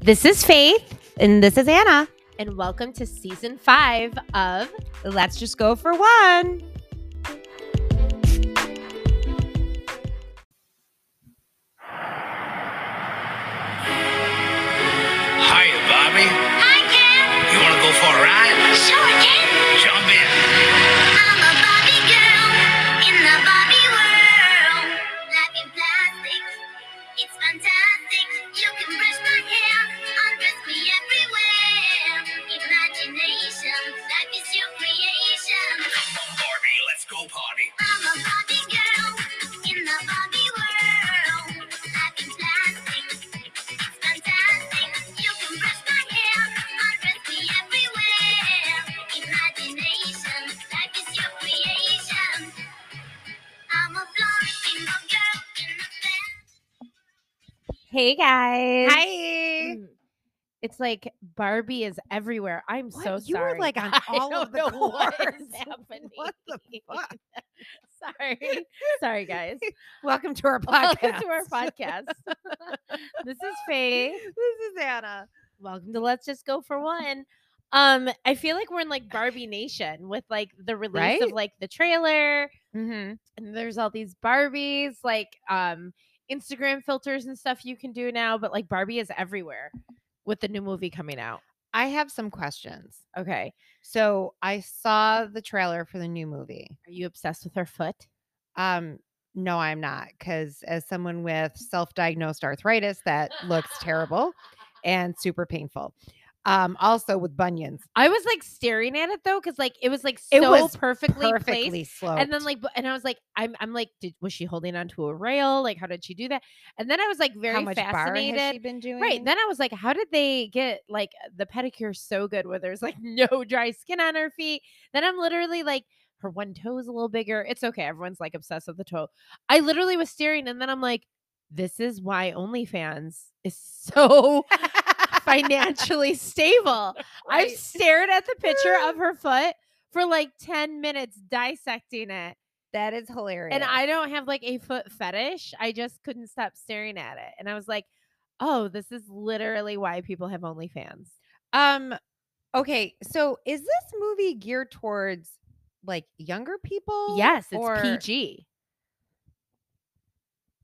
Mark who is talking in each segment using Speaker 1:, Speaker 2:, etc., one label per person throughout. Speaker 1: This is Faith. And this is Anna. And welcome to season five of Let's Just Go for One.
Speaker 2: Hiya, Bobby.
Speaker 3: I can.
Speaker 2: You want to go for a ride?
Speaker 3: Sure I can.
Speaker 2: Jump in.
Speaker 3: I'm a Barbie girl in the Barbie world. Life in plastic, it's fantastic. You can brush my hair, undress me everywhere. Imagination, life is your creation.
Speaker 2: Barbie, let's go party.
Speaker 3: I'm a Barbie girl in the Barbie world. Life in plastic, it's fantastic. You can brush my hair, undress me everywhere. Imagination, life is your creation. I'm a blonde single girl in the bed.
Speaker 1: Hey guys.
Speaker 4: Hi.
Speaker 1: Mm. It's like Barbie is everywhere. I'm so
Speaker 4: You
Speaker 1: sorry.
Speaker 4: were like on
Speaker 1: I
Speaker 4: all of
Speaker 1: don't
Speaker 4: the
Speaker 1: know what
Speaker 4: cords.
Speaker 1: is happening.
Speaker 4: What the fuck?
Speaker 1: sorry. Sorry, guys.
Speaker 4: Welcome to our podcast.
Speaker 1: Welcome to our podcast. this is Faith.
Speaker 4: This is Anna.
Speaker 1: welcome to let's just go for one um i feel like we're in like barbie nation with like the release of
Speaker 4: Right?
Speaker 1: like the trailer
Speaker 4: Mm-hmm.
Speaker 1: and there's all these barbies like um instagram filters and stuff you can do now but like barbie is everywhere with the new movie coming out
Speaker 4: I have some questions.
Speaker 1: okay
Speaker 4: So I saw the trailer for the new movie.
Speaker 1: are you obsessed with her foot
Speaker 4: Um, no, I'm not, because as someone with self-diagnosed arthritis, that looks terrible and super painful. Um, also with bunions,
Speaker 1: i was like staring at it though because like it was like so
Speaker 4: It was
Speaker 1: perfectly, placed
Speaker 4: perfectly slow.
Speaker 1: and then like bu- and i was like i'm, I'm like did, was she holding onto a rail like how did she do that and then i was like very
Speaker 4: how much
Speaker 1: fascinated
Speaker 4: bar has she been doing?
Speaker 1: Right. Then I was like, how did they get like uh, the pedicure so good where there's like no dry skin on her feet? Then I'm literally like, her one toe is a little bigger. It's okay. Everyone's like obsessed with the toe. I literally was staring and then I'm like, this is why OnlyFans is so financially stable. I've
Speaker 4: Right.
Speaker 1: stared at the picture of her foot for like 10 minutes dissecting it.
Speaker 4: that is hilarious.
Speaker 1: And I don't have like a foot fetish. I just couldn't stop staring at it. And I was like, oh, this is literally why people have OnlyFans.
Speaker 4: Um okay, so is this movie geared towards like younger people?
Speaker 1: Yes, it's
Speaker 4: or-
Speaker 1: PG.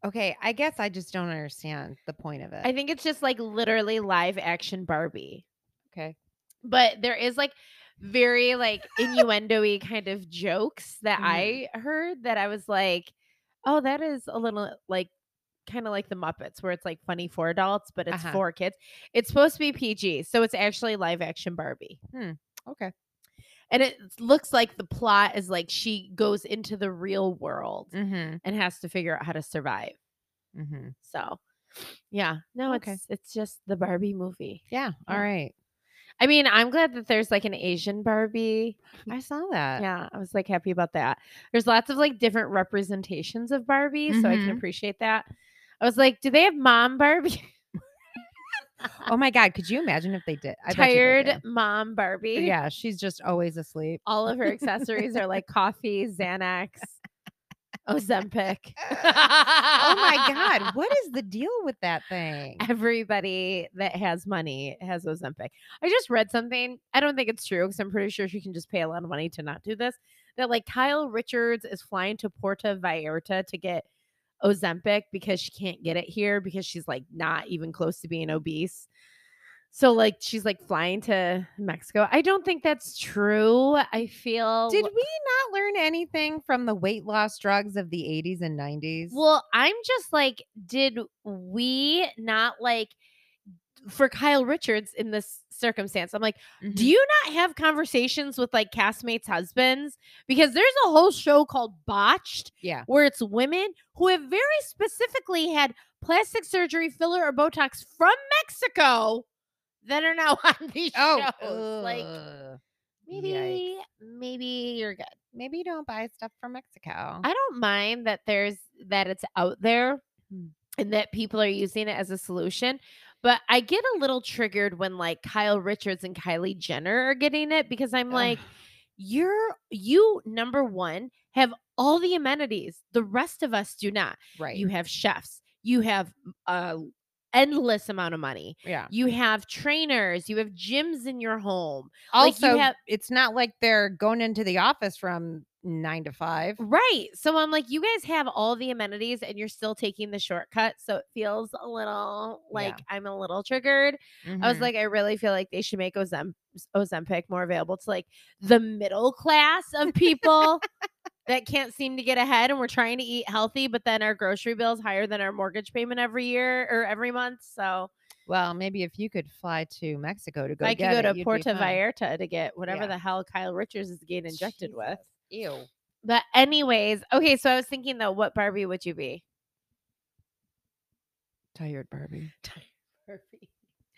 Speaker 4: Okay, I guess I just don't understand the point of it.
Speaker 1: I think it's just like literally live action Barbie.
Speaker 4: okay.
Speaker 1: But there is like very like innuendo-y kind of jokes that
Speaker 4: Mhm.
Speaker 1: I heard that I was like, oh, that is a little like kind of like the Muppets where it's like funny for adults, but it's
Speaker 4: Uh-huh.
Speaker 1: for kids. It's supposed to be PG. So it's actually live action Barbie.
Speaker 4: Hmm, Okay.
Speaker 1: and it looks like the plot is like she goes into the real world
Speaker 4: Mhm.
Speaker 1: and has to figure out how to survive
Speaker 4: Mhm.
Speaker 1: so yeah no
Speaker 4: Okay.
Speaker 1: it's it's just the barbie movie
Speaker 4: Yeah, all
Speaker 1: Yeah.
Speaker 4: right.
Speaker 1: i mean i'm glad that there's like an asian barbie
Speaker 4: I saw that.
Speaker 1: yeah i was like happy about that there's lots of like different representations of barbie so i can
Speaker 4: Mhm.
Speaker 1: appreciate that i was like do they have mom barbie
Speaker 4: Oh my god, could you imagine if they did? I bet you they
Speaker 1: tired
Speaker 4: did.
Speaker 1: mom barbie
Speaker 4: Yeah, she's just always asleep.
Speaker 1: all of her accessories are like coffee xanax ozempic
Speaker 4: oh my god, what is the deal with that thing?
Speaker 1: everybody that has money has Ozempic. I just read something. I don't think it's true because I'm pretty sure she can just pay a lot of money to not do this. That like Kyle Richards is flying to Puerto Vallarta to get Ozempic because she can't get it here because she's like not even close to being obese. So like she's like flying to Mexico. I don't think that's true. I feel
Speaker 4: Did we not learn anything from the weight loss drugs of the 80s and 90s?
Speaker 1: Well, I'm just like, did we not like for Kyle Richards in this circumstance? I'm like,
Speaker 4: Mhm.
Speaker 1: do you not have conversations with like castmates' husbands? Because there's a whole show called Botched
Speaker 4: Yeah.
Speaker 1: where it's women who have very specifically had plastic surgery, filler, or Botox from Mexico that are now on these
Speaker 4: Oh,
Speaker 1: shows. Like,
Speaker 4: ugh.
Speaker 1: maybe, maybe you're good.
Speaker 4: maybe you don't buy stuff from Mexico.
Speaker 1: I don't mind that there's that it's out there
Speaker 4: Mm.
Speaker 1: and that people are using it as a solution. But I get a little triggered when like Kyle Richards and Kylie Jenner are getting it because I'm
Speaker 4: Ugh.
Speaker 1: like, you're you number one have all the amenities. The rest of us do not.
Speaker 4: right.
Speaker 1: You have chefs, you have uh endless amount of money.
Speaker 4: Yeah.
Speaker 1: You have trainers, you have gyms in your home. Like, you
Speaker 4: Also,
Speaker 1: have-
Speaker 4: it's not like they're going into the office from nine to five.
Speaker 1: Right. So I'm like, you guys have all the amenities and you're still taking the shortcut. So it feels a little
Speaker 4: Yeah.
Speaker 1: like I'm a little triggered. I was
Speaker 4: Mhm.
Speaker 1: like, I really feel like they should make Ozem- Ozempic more available to like the middle class of people that can't seem to get ahead and we're trying to eat healthy, but then our grocery bill is higher than our mortgage payment every year or every month. So
Speaker 4: well, maybe if you could fly to Mexico to go,
Speaker 1: I could
Speaker 4: get
Speaker 1: go
Speaker 4: it,
Speaker 1: to
Speaker 4: you'd be
Speaker 1: Puerto
Speaker 4: fine.
Speaker 1: Vallarta to get whatever
Speaker 4: Yeah.
Speaker 1: the hell Kyle Richards is getting injected with.
Speaker 4: Ew.
Speaker 1: But anyways, okay, so I was thinking though, what Barbie would you be?
Speaker 4: Tired Barbie.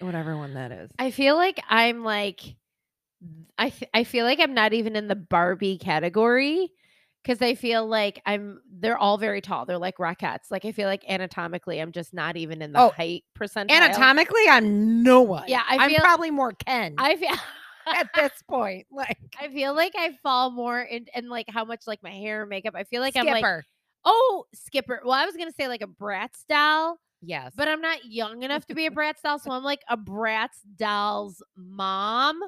Speaker 4: Whatever one that is.
Speaker 1: I feel like I'm like I f- I feel like I'm not even in the Barbie category cuz I feel like I'm they're all very tall. They're like rockets. Like I feel like anatomically I'm just not even in the
Speaker 4: Oh,
Speaker 1: height percentile.
Speaker 4: Anatomically, I'm no one.
Speaker 1: Yeah, I
Speaker 4: am
Speaker 1: feel-
Speaker 4: probably more Ken
Speaker 1: I feel
Speaker 4: at this point. Like,
Speaker 1: I feel like I fall more in and like how much like my hair and makeup. I feel like I'm like
Speaker 4: Skipper.
Speaker 1: oh, skipper. Well, I was going to say like a Bratz doll,
Speaker 4: yes,
Speaker 1: but I'm not young enough to be a Bratz doll, so I'm like a Bratz doll's mom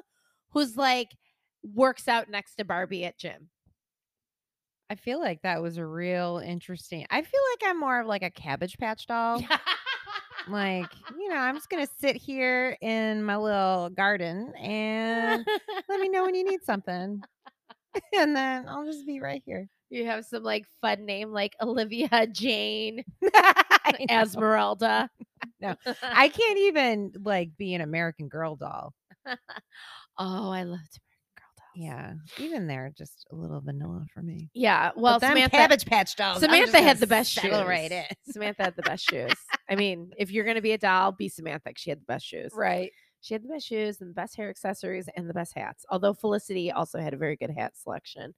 Speaker 1: who's like works out next to Barbie at gym.
Speaker 4: I feel like that was a real interesting. I feel like I'm more of like a Cabbage Patch doll. like, you know, I'm just gonna sit here in my little garden and let me know when you need something, and then I'll just be right here.
Speaker 1: you have some like fun name like Olivia Jane
Speaker 4: I, know.
Speaker 1: Esmeralda.
Speaker 4: No, I can't even like be an American Girl doll.
Speaker 1: oh, I loved American Girl dolls.
Speaker 4: Yeah, even they're just a little vanilla for me.
Speaker 1: Yeah.
Speaker 4: Well,
Speaker 1: Well,
Speaker 4: them
Speaker 1: Samantha,
Speaker 4: Cabbage Patch dolls. I'm just
Speaker 1: Samantha
Speaker 4: gonna
Speaker 1: had the best shoes.
Speaker 4: settle Right in.
Speaker 1: Samantha had the best shoes. I mean, if you're gonna be a doll, be Samantha. 'cause She had the best shoes.
Speaker 4: Right.
Speaker 1: She had the best shoes and the best hair accessories and the best hats. Although Felicity also had a very good hat selection.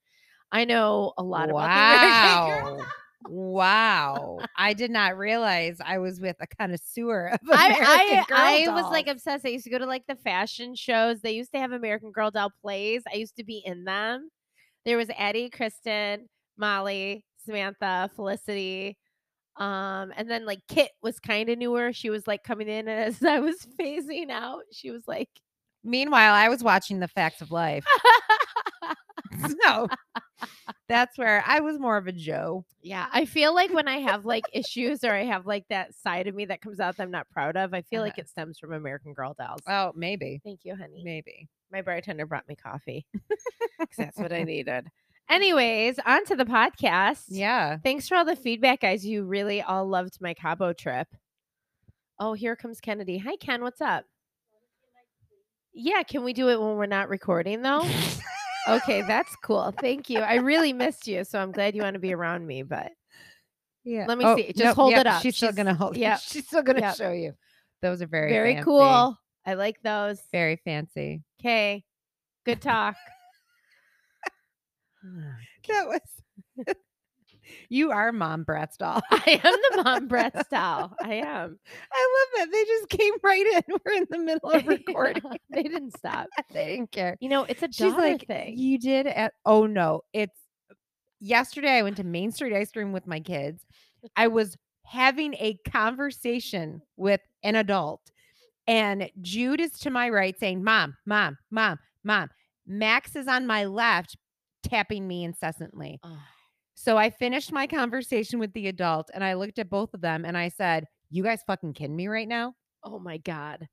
Speaker 1: I know a lot about the American Girl
Speaker 4: Wow. Wow. I did not realize I was with a connoisseur of American
Speaker 1: I,
Speaker 4: Girl
Speaker 1: I, I was like
Speaker 4: dolls.
Speaker 1: obsessed. I used to go to like the fashion shows. They used to have American Girl doll plays. I used to be in them. There was Addie, Kristen, Molly, Samantha, Felicity. Um, and then like Kit was kind of newer. She was like coming in and as I was phasing out. She was like,
Speaker 4: Meanwhile, I was watching The Facts of Life. so that's where I was more of a Joe.
Speaker 1: Yeah, I feel like when I have like issues or I have like that side of me that comes out that I'm not proud of, I feel like
Speaker 4: Uh-huh.
Speaker 1: it stems from American Girl dolls.
Speaker 4: Oh, maybe.
Speaker 1: Thank you, honey.
Speaker 4: Maybe.
Speaker 1: my bartender brought me coffee 'cause that's what I needed. Anyways, on to the podcast.
Speaker 4: Yeah.
Speaker 1: Thanks for all the feedback, guys. You really all loved my Cabo trip. Oh, here comes Kennedy. Hi, Ken. What's up? Yeah, can we do it when we're not recording though? okay, that's cool. Thank you. I really missed you, so I'm glad you want to be around me. But
Speaker 4: Yeah.
Speaker 1: Let me see. Just hold it up.
Speaker 4: She's still
Speaker 1: She's-
Speaker 4: gonna hold
Speaker 1: yep.
Speaker 4: She's still gonna
Speaker 1: Yep.
Speaker 4: show you. Those are very
Speaker 1: very,
Speaker 4: fancy.
Speaker 1: cool. I like those.
Speaker 4: Very fancy.
Speaker 1: Okay, good talk.
Speaker 4: That was You are mom Bratz doll.
Speaker 1: I am the mom breath style. I am.
Speaker 4: I love that. They just came right in. We're in the middle of recording.
Speaker 1: Yeah, they didn't stop.
Speaker 4: They didn't care.
Speaker 1: You know, it's a
Speaker 4: She's
Speaker 1: daughter
Speaker 4: like,
Speaker 1: thing.
Speaker 4: you did at oh no, it's yesterday I went to Main Street Ice Cream with my kids. I was having a conversation with an adult, and Jude is to my right saying, Mom, mom, mom, mom. Max is on my left, tapping me incessantly. So I finished my conversation with the adult and I looked at both of them and I said, You guys fucking kidding me right now?
Speaker 1: Oh my god.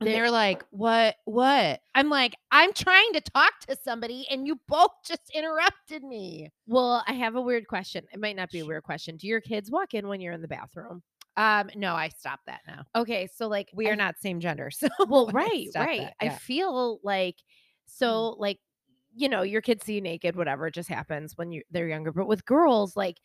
Speaker 4: And
Speaker 1: They-
Speaker 4: they're like, "What? What?" I'm like, "I'm trying to talk to somebody, and you both just interrupted me."
Speaker 1: Well, I have a weird question. It might not be a weird question. Do your kids walk in when you're in the bathroom?
Speaker 4: Um, no, I stopped that now.
Speaker 1: Okay, so like
Speaker 4: We
Speaker 1: I
Speaker 4: are not same gender, so
Speaker 1: well,
Speaker 4: I
Speaker 1: right,
Speaker 4: stopped
Speaker 1: right.
Speaker 4: that,
Speaker 1: I
Speaker 4: yeah. Mm-hmm.
Speaker 1: feel like so like you know, your kids see you naked, whatever, it just happens when you they're younger. But with girls, like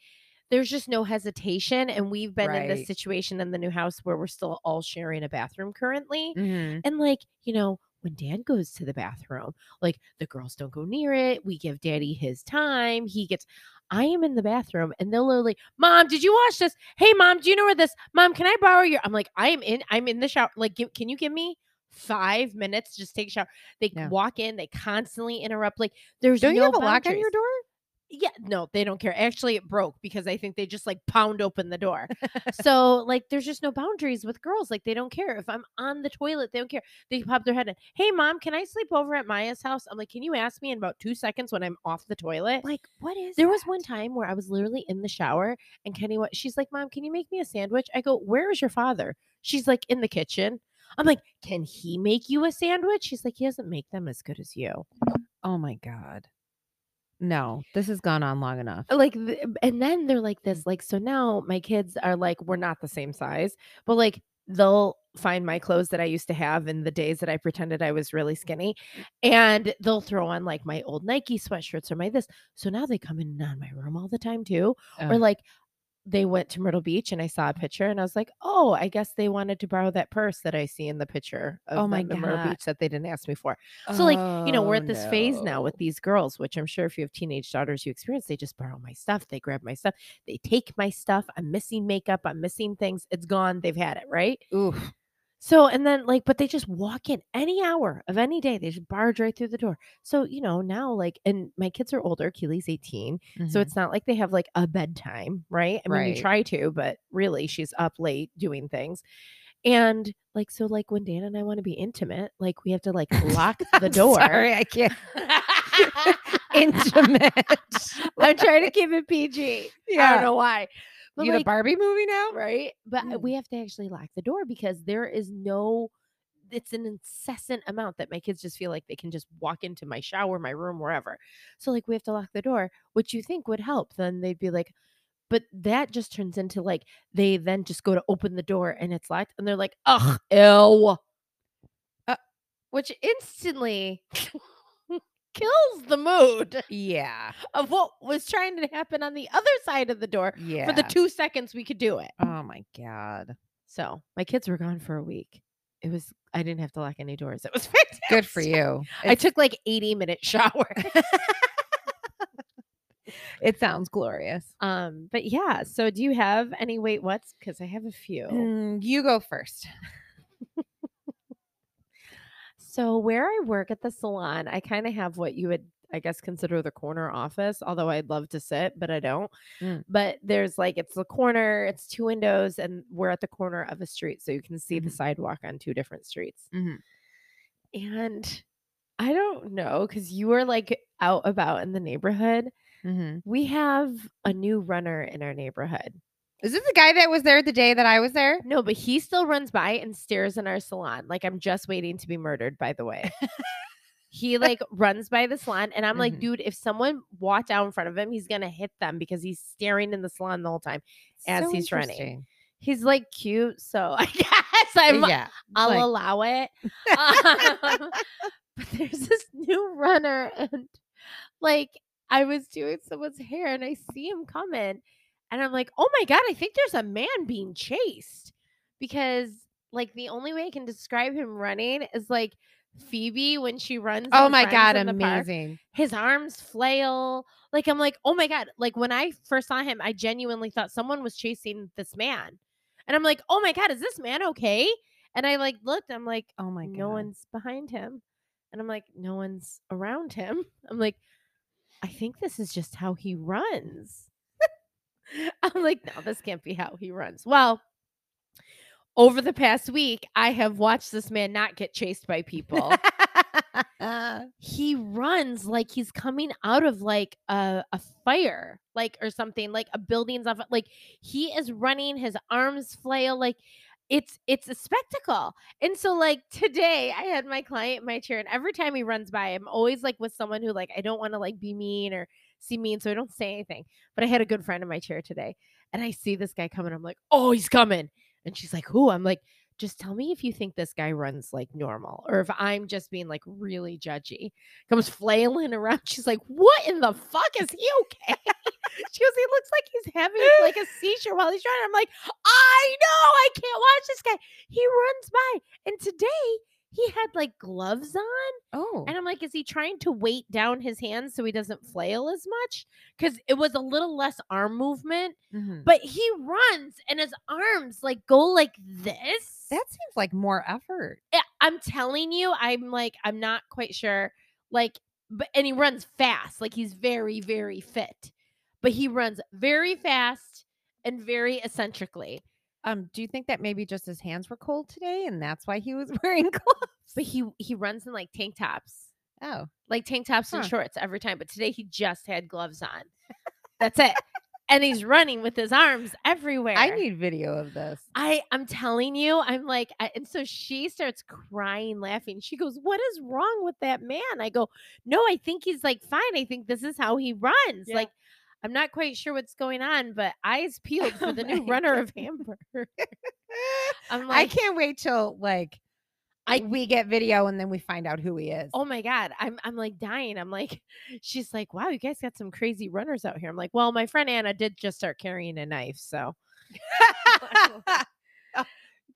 Speaker 1: there's just no hesitation. And we've been
Speaker 4: Right.
Speaker 1: in this situation in the new house where we're still all sharing a bathroom currently.
Speaker 4: Mm-hmm.
Speaker 1: And like, you know, when Dan goes to the bathroom, like the girls don't go near it. We give daddy his time. He gets I am in the bathroom and they'll literally, Mom, did you wash this? Hey mom, do you know where this? Mom, can I borrow your I'm like, I am in, I'm in the shower. Like, give, can you give me five minutes? Just take a shower. They
Speaker 4: Yeah.
Speaker 1: walk in, they constantly interrupt. Like there's
Speaker 4: Don't
Speaker 1: no
Speaker 4: you have a lock on your
Speaker 1: boundaries.
Speaker 4: door?
Speaker 1: Yeah, no, they don't care. Actually, it broke because I think they just like pound open the door. so, like, there's just no boundaries with girls. Like, they don't care. If I'm on the toilet, they don't care. They pop their head in. Hey, mom, can I sleep over at Maya's house? I'm like, can you ask me in about two seconds when I'm off the toilet?
Speaker 4: Like, what is
Speaker 1: There was one time where I was literally in the shower and Kenny was she's like, Mom, can you make me a sandwich? I go, Where is your father? She's like, In the kitchen. I'm like, Can he make you a sandwich? She's like, He doesn't make them as good as you.
Speaker 4: Oh my god. No, this has gone on long enough.
Speaker 1: uh, Like, th- and then they're like this, like, so now my kids are like, We're not the same size, but like, they'll find my clothes that I used to have in the days that I pretended I was really skinny and they'll throw on like my old Nike sweatshirts or my this. So now they come in and out of my room all the time too. Or
Speaker 4: Ugh.
Speaker 1: like they went to Myrtle Beach and I saw a picture and I was like, oh, I guess they wanted to borrow that purse that I see in the picture of
Speaker 4: Oh my
Speaker 1: them in Myrtle
Speaker 4: God.
Speaker 1: Beach that they didn't ask me for. So like, you know, we're
Speaker 4: Oh,
Speaker 1: at this phase now with
Speaker 4: no.
Speaker 1: these girls, which I'm sure if you have teenage daughters, you experience, they just borrow my stuff. They grab my stuff. They take my stuff. I'm missing makeup. I'm missing things. It's gone. They've had it, right?
Speaker 4: Oof.
Speaker 1: So, and then like, but they just walk in any hour of any day. They just barge right through the door. So, you know, now like, and my kids are older. Keely's 18. So
Speaker 4: Mhm.
Speaker 1: it's not like they have like a bedtime, right? I mean, we
Speaker 4: Right.
Speaker 1: try to, but really she's up late doing things. And like, so like when Dan and I want to be intimate, like we have to like lock the
Speaker 4: I'm
Speaker 1: door.
Speaker 4: Sorry, I can't. Intimate.
Speaker 1: I'm trying to keep it PG. I don't
Speaker 4: Yeah.
Speaker 1: know why. But
Speaker 4: You the
Speaker 1: like,
Speaker 4: Barbie movie now?
Speaker 1: right? But uh,
Speaker 4: Mm.
Speaker 1: we have to actually lock the door because there is no, it's an incessant amount that my kids just feel like they can just walk into my shower, my room, wherever. So, like, we have to lock the door, which you think would help. Then they'd be like, but that just turns into like, they then just go to open the door and it's locked. And they're like, ugh, ew. Uh, which instantly kills the mood
Speaker 4: Yeah.
Speaker 1: of what was trying to happen on the other side of the door
Speaker 4: Yeah.
Speaker 1: for the two seconds we could do it.
Speaker 4: Oh my god.
Speaker 1: So my kids were gone for a week. It was I didn't have to lock any doors. It was fantastic.
Speaker 4: Good for you.
Speaker 1: I took like 80 minute shower.
Speaker 4: It sounds glorious.
Speaker 1: um, but yeah. So do you have any wait what's? Because I have a few.
Speaker 4: Mm, you go first.
Speaker 1: So where I work at the salon, I kind of have what you would I guess consider the corner office, although I'd love to sit, but I don't.
Speaker 4: Mm.
Speaker 1: But there's like it's the corner, it's two windows, and we're at the corner of a street, so you can see the
Speaker 4: Mhm.
Speaker 1: sidewalk on two different streets.
Speaker 4: Mhm.
Speaker 1: And I don't know because you were like out about in the neighborhood.
Speaker 4: Mhm.
Speaker 1: We have a new runner in our neighborhood.
Speaker 4: Is this the guy that was there the day that I was there?
Speaker 1: No, but he still runs by and stares in our salon. Like I'm just waiting to be murdered, by the way. he like runs by the salon and I'm like,
Speaker 4: Mhm.
Speaker 1: dude, if someone walked out in front of him, he's gonna hit them because he's staring in the salon the whole time. As he's running.
Speaker 4: interesting.
Speaker 1: He's like cute, so I guess I'm
Speaker 4: yeah.
Speaker 1: I'll
Speaker 4: like-
Speaker 1: allow it. Um, but there's this new runner, and like I was doing someone's hair, and I see him coming, and I'm like, oh my god, I think there's a man being chased because like the only way I can describe him running is like Phoebe when she runs.
Speaker 4: Oh
Speaker 1: in
Speaker 4: my
Speaker 1: Friends
Speaker 4: god,
Speaker 1: in the park
Speaker 4: amazing.
Speaker 1: his arms flail. Like I'm like, oh my god! Like when I first saw him, I genuinely thought someone was chasing this man, and I'm like, oh my god, is this man okay? And I like looked. I'm like,
Speaker 4: Oh my god.
Speaker 1: no one's behind him, and I'm like, no one's around him. I'm like, I think this is just how he runs. I'm like, no, this can't be how he runs. Well. Over the past week, I have watched this man not get chased by people he runs like he's coming out of like a, a fire like or something like a building's off like he is running his arms flail like it's it's a spectacle and so like today i had my client in my chair and every time he runs by i'm always like with someone who like i don't want to like be mean or see mean so i don't say anything but i had a good friend in my chair today and i see this guy coming i'm like oh he's coming and she's like who i'm like just tell me if you think this guy runs like normal or if i'm just being like really judgy comes flailing around she's like what in the fuck is he okay she goes he looks like he's having like a seizure while he's running i'm like i know i can't watch this guy he runs by and today he had like gloves on
Speaker 4: oh.
Speaker 1: and I'm like, is he trying to weight down his hands so he doesn't flail as much? Because it was a little less arm movement,
Speaker 4: Mhm.
Speaker 1: but he runs and his arms like go like this.
Speaker 4: That seems
Speaker 1: eh,
Speaker 4: like more effort.
Speaker 1: I- I'm telling you, I'm like, I'm not quite sure. Like, but and he runs fast. Like he's very, very fit. But he runs very fast and very eccentrically.
Speaker 4: Um, do you think that maybe just his hands were cold today and that's why he was wearing gloves?
Speaker 1: But he he runs in like tank tops.
Speaker 4: Oh,
Speaker 1: Like tank tops and
Speaker 4: Huh.
Speaker 1: shorts every time. But today he just had gloves on. That's it. and he's running with his arms everywhere.
Speaker 4: I need video of this.
Speaker 1: I I'm telling you, I'm like, I, and so she starts crying, laughing. She goes, "What is wrong with that man?" I go, "No, I think he's like fine. I think this is how he runs.
Speaker 4: Yeah.
Speaker 1: Like, I'm not quite sure what's going on, but eyes peeled for
Speaker 4: Oh
Speaker 1: the new
Speaker 4: my
Speaker 1: runner of Hamburg. I'm
Speaker 4: I
Speaker 1: like,
Speaker 4: can't wait till like
Speaker 1: I-
Speaker 4: we get video and then we find out who he is.
Speaker 1: oh my god, I'm I'm like dying. I'm like, she's like, wow, you guys got some crazy runners out here. I'm like, well, my friend Anna did just start carrying a knife, so
Speaker 4: Oh,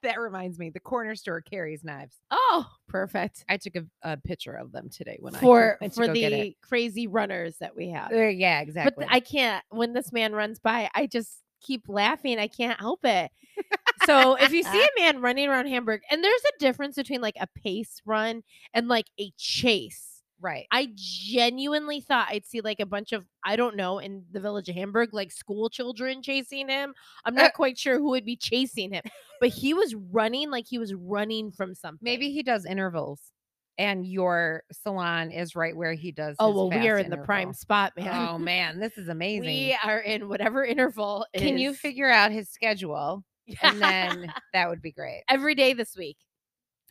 Speaker 4: that reminds me, the corner store carries knives.
Speaker 1: oh, perfect
Speaker 4: I took a, a picture of them today when
Speaker 1: for
Speaker 4: I went to
Speaker 1: for
Speaker 4: go get it.
Speaker 1: the crazy runners that we have.
Speaker 4: Uh, yeah,
Speaker 1: but
Speaker 4: exactly.
Speaker 1: th- I can't. When this man runs by, I just keep laughing. I can't help it. So if you see a man running around Hamburg, and there's a difference between like a pace run and like a chase.
Speaker 4: right.
Speaker 1: I genuinely thought I'd see like a bunch of I don't know in the village of Hamburg like school children chasing him. I'm
Speaker 4: Uh.
Speaker 1: not quite sure who would be chasing him, but he was running like he was running from something.
Speaker 4: Maybe he does intervals, and your salon is right where he does.
Speaker 1: Oh
Speaker 4: his
Speaker 1: well, we
Speaker 4: fast
Speaker 1: are in the prime
Speaker 4: interval.
Speaker 1: spot, man.
Speaker 4: Oh man, this is amazing.
Speaker 1: we are in whatever interval.
Speaker 4: Can you
Speaker 1: is-
Speaker 4: figure out his schedule? And then that would be great.
Speaker 1: every day this week.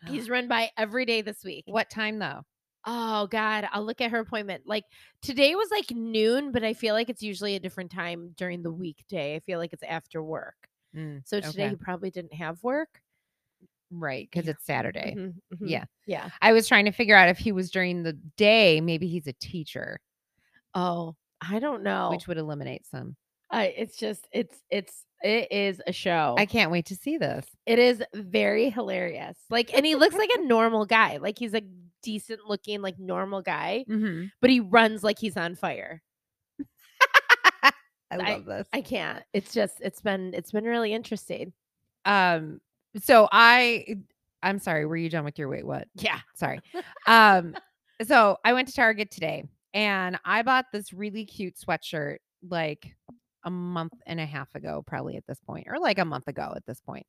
Speaker 4: Ah.
Speaker 1: He's run by every day this week.
Speaker 4: What time though?
Speaker 1: Oh God, I'll look at her appointment. Like today was like noon, but I feel like it's usually a different time during the weekday. I feel like it's after work.
Speaker 4: Mm,
Speaker 1: So today
Speaker 4: okay.
Speaker 1: he probably didn't have work.
Speaker 4: right, because
Speaker 1: Yeah.
Speaker 4: it's Saturday.
Speaker 1: Mhm, mhm.
Speaker 4: Yeah.
Speaker 1: Yeah.
Speaker 4: I was trying to figure out if he was during the day. Maybe he's a teacher,
Speaker 1: Oh, I don't know.
Speaker 4: which would eliminate some.
Speaker 1: uh, it's just it's it's it is a show.
Speaker 4: I can't wait to see this.
Speaker 1: It is very hilarious. Like, and he looks like a normal guy. Like he's a decent looking, like normal guy,
Speaker 4: Mm-hmm.
Speaker 1: but he runs like he's on fire.
Speaker 4: I
Speaker 1: I-
Speaker 4: love this.
Speaker 1: I can't. It's just it's been it's been really interesting.
Speaker 4: um, so I, eh, I'm sorry. Were you done with your wait? What?
Speaker 1: Yeah.
Speaker 4: Sorry. Um, so I went to Target today and I bought this really cute sweatshirt like a month and a half ago, probably at this point, or like a month ago at this point.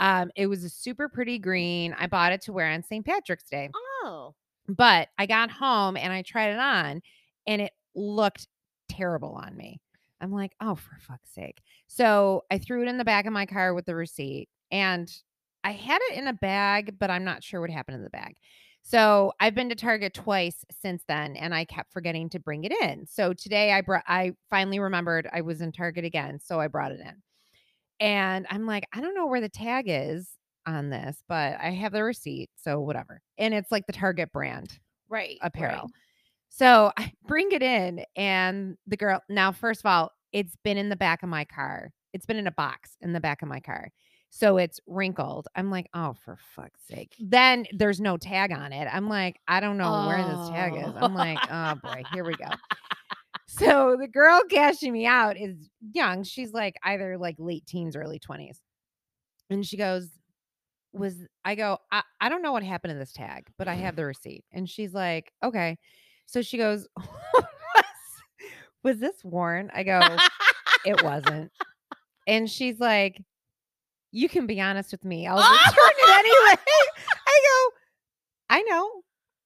Speaker 4: Um, it was a super pretty green. I bought it to wear on St. Patrick's Day,
Speaker 1: Oh.
Speaker 4: but I got home and I tried it on and it looked terrible on me. I'm like, oh, for fuck's sake. So I threw it in the back of my car with the receipt and I had it in a bag, but I'm not sure what happened to the bag. So I've been to Target twice since then and I kept forgetting to bring it in. So today I brought I finally remembered I was in Target again, so I brought it in. And I'm like, I don't know where the tag is on this, but I have the receipt, so whatever. And it's like the Target brand
Speaker 1: Right.
Speaker 4: apparel. So I bring it in, and the girl, now, first of all, it's been in the back of my car. It's been in a box in the back of my car. So it's wrinkled. I'm like, oh, for fuck's sake. Then there's no tag on it. I'm like, I don't know where this tag is. I'm like, oh boy, here we go. So the girl cashing me out is young. She's like either like late teens, early 20s. And she goes, was I go, I, I don't know what happened to this tag, but I have the receipt. And she's like, okay. So she goes, was this Warren? I go, it wasn't. And she's like, you can be honest with me. I'll return it anyway. I go, I know.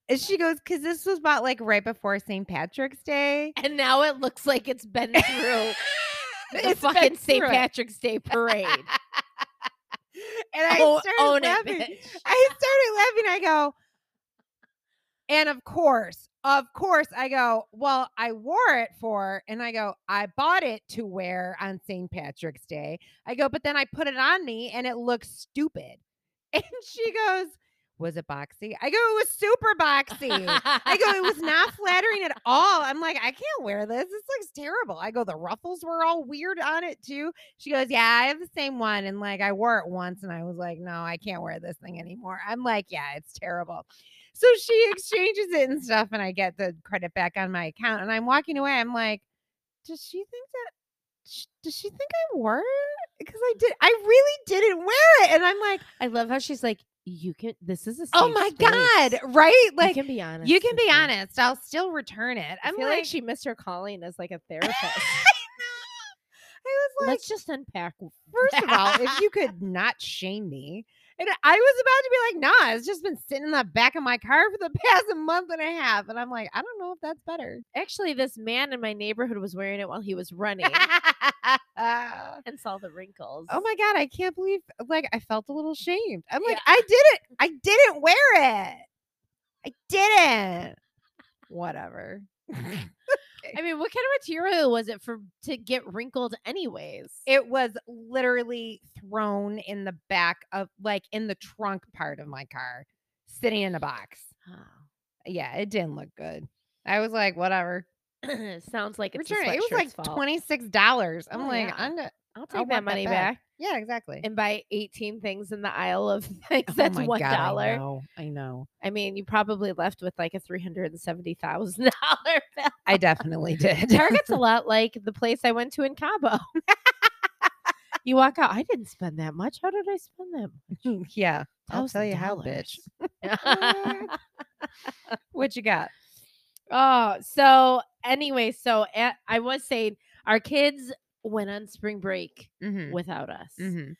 Speaker 4: And she goes, because this was bought like right before St. Patrick's Day.
Speaker 1: And now it looks like it's been through the
Speaker 4: It's been
Speaker 1: fucking St.
Speaker 4: through it."
Speaker 1: Patrick's Day parade.
Speaker 4: And I
Speaker 1: Oh,
Speaker 4: started
Speaker 1: own it,
Speaker 4: laughing.
Speaker 1: bitch.
Speaker 4: I started laughing. I go, and of course, of course, I go, well, I wore it for, and I go, I bought it to wear on St. Patrick's Day. I go, but then I put it on me and it looks stupid. And she goes, was it boxy? I go, it was super boxy. I go, it was not flattering at all. I'm like, I can't wear this. This looks terrible. I go, the ruffles were all weird on it too. She goes, Yeah, I have the same one. And like, I wore it once and I was like, No, I can't wear this thing anymore. I'm like, Yeah, it's terrible. So she exchanges it and stuff. And I get the credit back on my account. And I'm walking away. I'm like, Does she think that? sh- Does she think I wore it? Because I did. I really didn't wear it. And I'm like,
Speaker 1: I love how she's like, you can. This is a.
Speaker 4: oh
Speaker 1: safe
Speaker 4: my
Speaker 1: space.
Speaker 4: God. Right? Like
Speaker 1: you can be honest.
Speaker 4: you can
Speaker 1: with
Speaker 4: be
Speaker 1: me."
Speaker 4: honest. I'll still return it.
Speaker 1: I
Speaker 4: I'm
Speaker 1: feel
Speaker 4: like,
Speaker 1: like, she missed her calling as like a therapist.
Speaker 4: I was like,
Speaker 1: Let's just unpack.
Speaker 4: first of all, if you could not shame me. And I was about to be like, nah, it's just been sitting in the back of my car for the past month and a half. And I'm like, I don't know if that's better.
Speaker 1: Actually, this man in my neighborhood was wearing it while he was running
Speaker 4: oh
Speaker 1: and saw the wrinkles.
Speaker 4: my God, I can't believe like I felt a little shamed. I'm like,
Speaker 1: Yeah.
Speaker 4: I didn't I didn't wear it. I didn't. Whatever.
Speaker 1: I mean, what kind of material was it for to get wrinkled, anyways?
Speaker 4: It was literally thrown in the back of like in the trunk part of my car, sitting in a box. Yeah, it didn't look good. I was like, whatever.
Speaker 1: Oh. sounds like it's a
Speaker 4: Return it. It was like
Speaker 1: sweatshirt's fault.
Speaker 4: twenty six dollars. I'm
Speaker 1: Oh,
Speaker 4: like,
Speaker 1: yeah.
Speaker 4: I'm gonna.
Speaker 1: I'll
Speaker 4: I
Speaker 1: take
Speaker 4: want
Speaker 1: that money back.
Speaker 4: Yeah, exactly.
Speaker 1: and buy 18 things in the aisle of things
Speaker 4: Oh
Speaker 1: that's
Speaker 4: my
Speaker 1: one
Speaker 4: God, I
Speaker 1: dollar.
Speaker 4: know. I know.
Speaker 1: I, mean, you probably left with like a three hundred and seventy thousand dollar bill.
Speaker 4: I definitely did.
Speaker 1: Target's a lot like the place I went to in Cabo. you walk out. I didn't spend that much. How did I spend that?
Speaker 4: yeah, I'll tell
Speaker 1: $1,000."
Speaker 4: you how, bitch. What you got?
Speaker 1: oh, so anyway, so a- I was saying our kids went on spring break
Speaker 4: Mm-hmm.
Speaker 1: without us,
Speaker 4: Mm-hmm.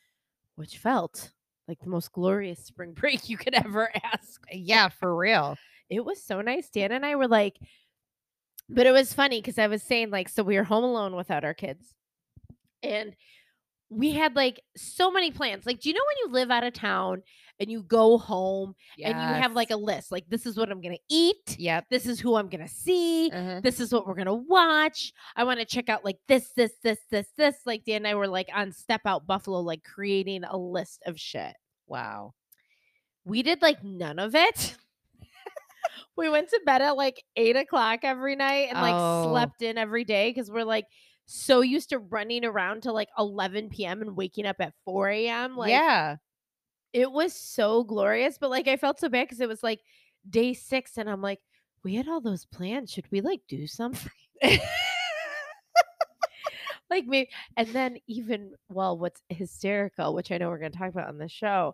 Speaker 1: which felt like the most glorious spring break you could ever ask
Speaker 4: Yeah, for real.
Speaker 1: it was so nice. Dan and I were like, but it was funny because I was saying, like, so we were home alone without our kids. And we had like so many plans. Like, do you know when you live out of town and you go home and you have like a list? Like, this is what I'm going to eat.
Speaker 4: yep.
Speaker 1: This is who I'm going to see.
Speaker 4: Uh-huh.
Speaker 1: This is what we're going to watch. I want to check out like this, this, this, this, this. Like, Dan and I were like on Step Out Buffalo, like creating a list of shit.
Speaker 4: Wow.
Speaker 1: We did like none of it. we went to bed at like eight o'clock every night and like
Speaker 4: Oh.
Speaker 1: slept in every day because we're like so used to running around to like 11 p.m. and waking up at 4 a.m. Like,
Speaker 4: yeah.
Speaker 1: it was so glorious. But like, I felt so bad because it was like day six and I'm like, we had all those plans. Should we like do something? like maybe and then even well what's hysterical which i know we're going to talk about on the show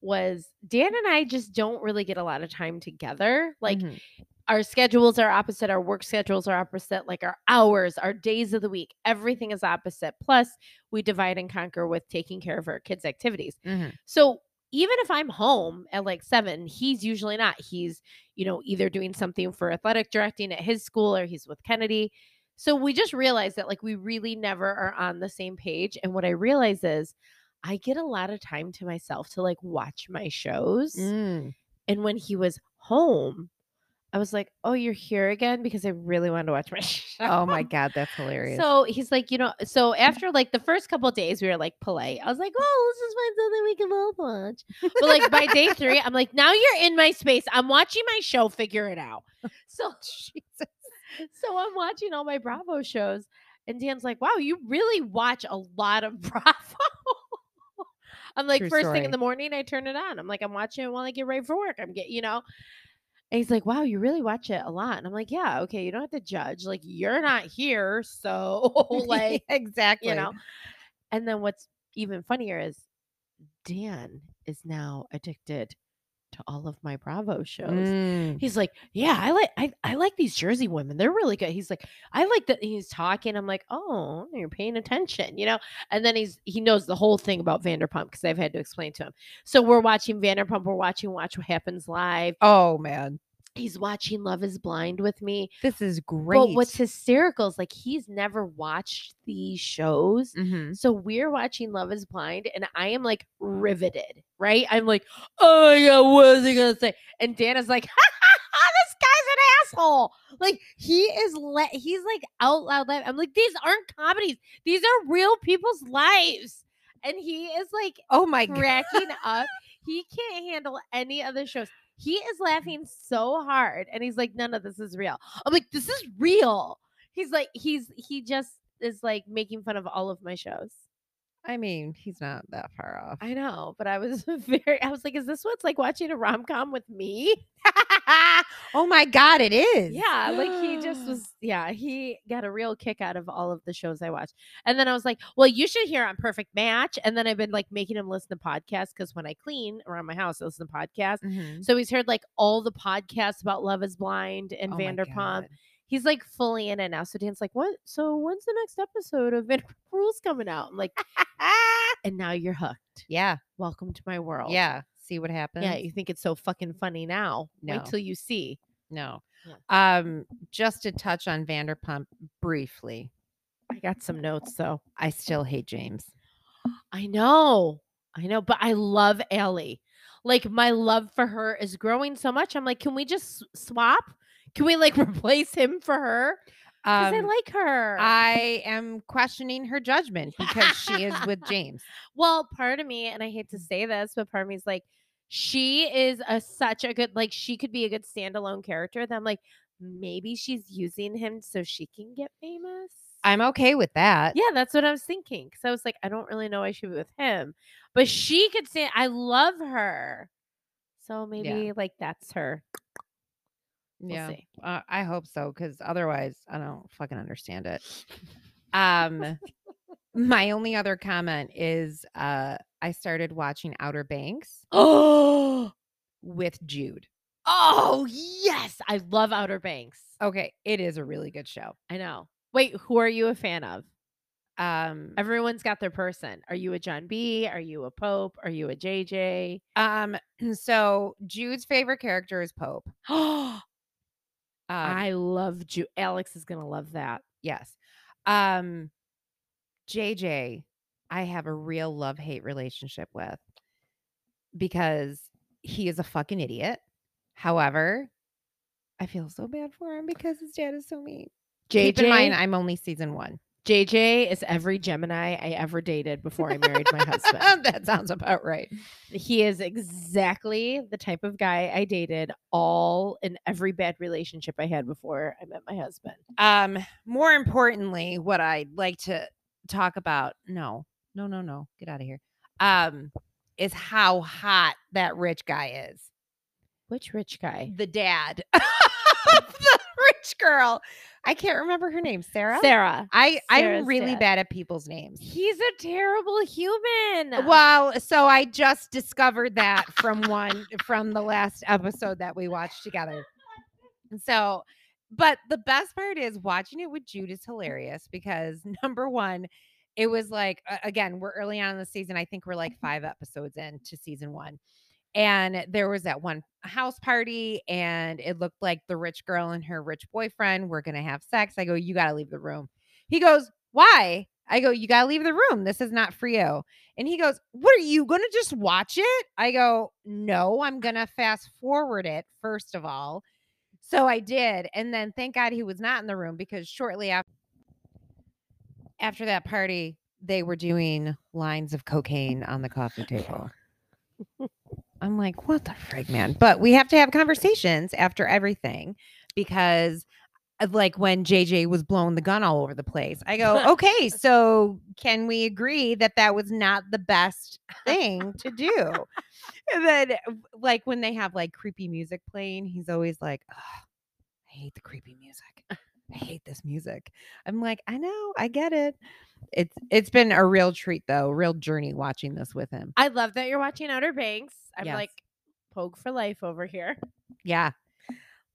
Speaker 1: was dan and i just don't really get a lot of time together like
Speaker 4: Mhm.
Speaker 1: our schedules are opposite our work schedules are opposite like our hours our days of the week everything is opposite plus we divide and conquer with taking care of our kids activities
Speaker 4: Mhm.
Speaker 1: so even if i'm home at like seven he's usually not he's you know either doing something for athletic directing at his school or he's with kennedy so we just realized that like we really never are on the same page and what i realize is i get a lot of time to myself to like watch my shows
Speaker 4: Mm.
Speaker 1: and when he was home, I was like, "Oh, you're here again?" Because I really wanted to watch my show.
Speaker 4: Oh my god, that's hilarious.
Speaker 1: So he's like, you know, so after like the first couple of days, we were like polite. I was like, "Oh, let's just find something we can both watch." But like by day three, I'm like, "Now you're in my space. I'm watching my show. Figure it out." So so I'm watching all my Bravo shows, and Dan's like, "Wow, you really watch a lot of Bravo." I'm like,
Speaker 4: True
Speaker 1: first thing
Speaker 4: story.
Speaker 1: in the morning, I turn it on. I'm like, I'm watching it while I get ready for work. I'm get, you know. And he's like, "Wow, you really watch it a lot." And I'm like, "Yeah, okay. You don't have to judge. Like, you're not here, so like,
Speaker 4: exactly.
Speaker 1: you know." And then what's even funnier is Dan is now addicted to all of my Bravo shows.
Speaker 4: Mm.
Speaker 1: He's like, yeah, I like I, I like these Jersey women. They're really good. He's like, I like that he's talking. I'm like, oh, you're paying attention, you know. And then he's he knows the whole thing about Vanderpump because I've had to explain to him. So we're watching Vanderpump. We're watching Watch What Happens Live.
Speaker 4: Oh man,
Speaker 1: He's watching Love Is Blind with me.
Speaker 4: this is great.
Speaker 1: But what's hysterical is like he's never watched these shows.
Speaker 4: Mhm.
Speaker 1: So we're watching Love is Blind, and I am like riveted, right? I'm like, oh yeah, what is he gonna say? And Dan is like, this guy's an asshole. Like he is let he's like out loud laugh- I'm like, these aren't comedies, these are real people's lives. And he is like
Speaker 4: Oh my god.
Speaker 1: cracking up. He can't handle any other shows. He is laughing so hard, and he's like, "None of this is real." I'm like, "This is real." He's like, he's he just is like making fun of all of my shows.
Speaker 4: I mean, he's not that far off.
Speaker 1: I know, but I was very, I was like, is this what's like watching a rom com with me?
Speaker 4: oh my God, it is.
Speaker 1: Yeah, like he just was, yeah, he got a real kick out of all of the shows I watched. And then I was like, well, you should hear on Perfect Match. And then I've been like making him listen to podcasts because when I clean around my house, I listen to podcasts.
Speaker 4: Mhm.
Speaker 1: So he's heard like all the podcasts about Love is Blind and
Speaker 4: Oh my
Speaker 1: Vanderpump.
Speaker 4: God.
Speaker 1: He's like fully in it now. So Dan's like, what? So when's the next episode of Vanderpump Rules coming out? I'm like, and now you're hooked.
Speaker 4: Yeah.
Speaker 1: Welcome to my world.
Speaker 4: Yeah. See what happens.
Speaker 1: Yeah, you think it's so fucking funny now.
Speaker 4: No.
Speaker 1: Wait till you see.
Speaker 4: No.
Speaker 1: Yeah.
Speaker 4: Um, just to touch on Vanderpump briefly,
Speaker 1: I got some notes though.
Speaker 4: I still hate James.
Speaker 1: I know. I know, but I love Allie. Like my love for her is growing so much. I'm like, can we just s- swap? Can we like replace him for her? Because I
Speaker 4: Um,
Speaker 1: like her.
Speaker 4: I am questioning her judgment because she is with James.
Speaker 1: well, part of me, and I hate to say this, but part of me is like, she is a such a good like she could be a good standalone character. That I'm like, maybe she's using him so she can get famous.
Speaker 4: I'm okay with that.
Speaker 1: Yeah, that's what I was thinking. Cause I was like, I don't really know I should be with him. But she could say, I love her. So maybe like that's her. We'll
Speaker 4: yeah.
Speaker 1: see.
Speaker 4: Uh, I hope so because otherwise, I don't fucking understand it. Um, my only other comment is uh, I started watching Outer Banks
Speaker 1: Oh,
Speaker 4: with Jude.
Speaker 1: oh yes. I love Outer Banks.
Speaker 4: Okay, it is a really good show.
Speaker 1: I know. Wait, who are you a fan of?
Speaker 4: Um,
Speaker 1: Everyone's got their person. Are you a John B? Are you a Pope? Are you a JJ?
Speaker 4: um, so Jude's favorite character is Pope. Uh,
Speaker 1: Oh,
Speaker 4: Um,
Speaker 1: I love Ju. Alex is gonna love that.
Speaker 4: yes. Um, JJ, I have a real love hate relationship with because he is a fucking idiot. However, I feel so bad for him because his dad is so mean. Keep in mind, I'm only season one.
Speaker 1: JJ is every Gemini I ever dated before I married my husband.
Speaker 4: that sounds about right.
Speaker 1: He is exactly the type of guy I dated all in every bad relationship I had before I met my husband.
Speaker 4: Um, more importantly, what I'd like to talk about, no, no, no, no, get out of here. Um, is how hot that rich guy is.
Speaker 1: Which rich guy?
Speaker 4: The dad of the rich girl. I can't remember her name, Sarah.
Speaker 1: Sarah.
Speaker 4: I,
Speaker 1: Sarah's
Speaker 4: I'm really
Speaker 1: dad.
Speaker 4: bad at people's names.
Speaker 1: He's a terrible human.
Speaker 4: Well, so I just discovered that from one from the last episode that we watched together. And So, but the best part is watching it with Jude is hilarious because number one, it was like a- again we're early on in the season. I think we're like five episodes into season one, and there was that one house party, and it looked like the rich girl and her rich boyfriend were gonna have sex. I go, you gotta leave the room. He goes, why? I go, you gotta leave the room. This is not for you. And he goes, What are you going to just watch it? I go, No, I'm going to fast forward it, first of all. So I did. And then thank God he was not in the room because shortly after, after that party, they were doing lines of cocaine on the coffee table. I'm like, What the frig, man? But we have to have conversations after everything because. uh, Like when JJ was blowing the gun all over the place, I go, okay, so can we agree that that was not the best thing to do? and then, uh, w- like, when they have like creepy music playing, he's always like, "Ugh, I hate the creepy music. I hate this music. I'm like, I know, I get it. It's it's been a real treat though, real journey watching this with him.
Speaker 1: I love that you're watching Outer Banks. I'm
Speaker 4: Yes.
Speaker 1: like pogue for life over here.
Speaker 4: Yeah.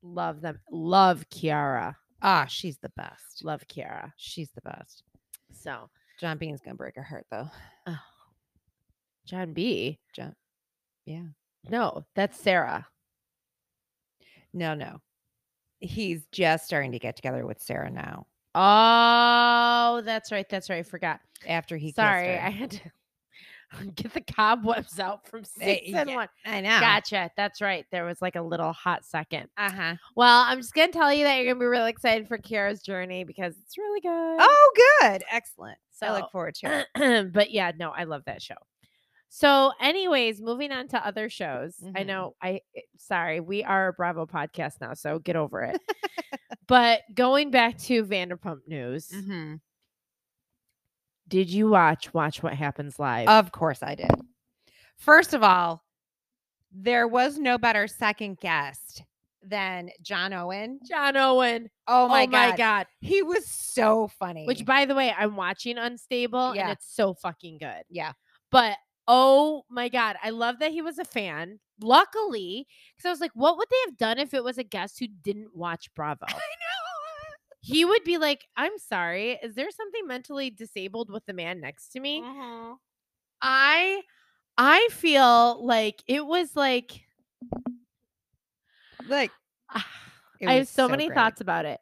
Speaker 1: Love them. Love Kiara.
Speaker 4: Ah, she's the best.
Speaker 1: Love Kiara.
Speaker 4: She's the best.
Speaker 1: So
Speaker 4: John Bean's gonna break her heart though.
Speaker 1: John B.
Speaker 4: John. Yeah.
Speaker 1: No, that's Sarah.
Speaker 4: No, no. He's just starting to get together with Sarah now.
Speaker 1: Oh, that's right. That's right. I forgot.
Speaker 4: After he kissed
Speaker 1: Sorry,
Speaker 4: her.
Speaker 1: I had to get the cobwebs out from
Speaker 4: Eh,
Speaker 1: season
Speaker 4: yeah,
Speaker 1: one.
Speaker 4: I know.
Speaker 1: Gotcha. That's right. There was like a little hot second.
Speaker 4: Uh huh.
Speaker 1: Well, I'm just gonna tell you that you're gonna be really excited for Kiara's journey because it's really good.
Speaker 4: Oh, good. Excellent.
Speaker 1: so
Speaker 4: I look forward to it.
Speaker 1: but yeah, no, I love that show. So, anyways, moving on to other shows. I
Speaker 4: Mhm.
Speaker 1: know I it- sorry, we are a Bravo podcast now, so get over it.
Speaker 4: Mm-hmm.
Speaker 1: Mm-hmm. but going back to Vanderpump News,
Speaker 4: Mhm.
Speaker 1: Did you watch Watch What Happens Live?
Speaker 4: Of course I did. First of all, there was no better second guest than John Owen.
Speaker 1: John Owen.
Speaker 4: Oh
Speaker 1: Oh
Speaker 4: my,
Speaker 1: my,
Speaker 4: god.
Speaker 1: god.
Speaker 4: He was so funny.
Speaker 1: Which by the way, I'm watching Unstable
Speaker 4: Yeah.
Speaker 1: and it's so fucking good.
Speaker 4: yeah.
Speaker 1: But oh my god, I love that he was a fan. Luckily, because I was like, what would they have done if it was a guest who didn't watch Bravo? he would be like, I'm sorry, is there something mentally disabled with the man next to
Speaker 4: Mm.
Speaker 1: me?
Speaker 4: Mm-hmm.
Speaker 1: I I feel like it was like ah,
Speaker 4: Like it
Speaker 1: I have
Speaker 4: was
Speaker 1: so, many
Speaker 4: great.
Speaker 1: thoughts about it.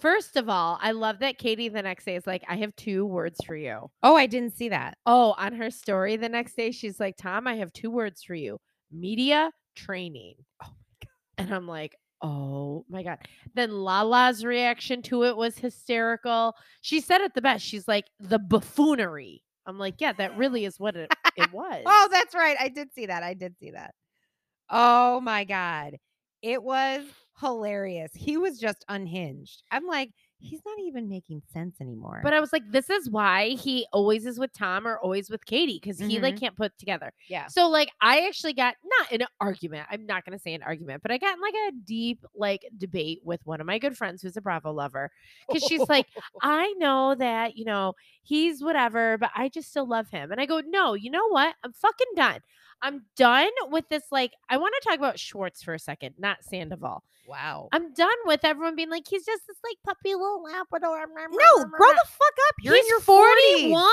Speaker 1: First of all, I love that Katie the next day is like, I have two words for you.
Speaker 4: Oh, I didn't see that.
Speaker 1: Oh, on her story the next day, she's like, Tom, I have two words for you media training. Oh my God. And I'm like, oh my God. Then Lala's reaction to it was hysterical. She said it the best. She's like, the buffoonery. I'm like, yeah, that really is what it, it was.
Speaker 4: Oh, that's right. I did see that. I did see that. Oh my god. It was hilarious. He was just unhinged. I'm like, he's not even making sense anymore.
Speaker 1: But I was like, this is why he always is with Tom or always with Katie because he like can't put it together.
Speaker 4: Mm-hmm. yeah.
Speaker 1: So like I actually got not in an argument. I'm not gonna say an argument, but I got in like a deep like debate with one of my good friends who's a Bravo lover because she's like, I know that you know he's whatever, but I just still love him. And I go, no, you know what? I'm fucking done. I'm done with this. Like I want to talk about Schwartz for a second, not Sandoval.
Speaker 4: wow.
Speaker 1: I'm done with everyone being like he's just this like puppy little Labrador.
Speaker 4: no, grow the fuck up. You're in
Speaker 1: He's
Speaker 4: your 40s.
Speaker 1: 41.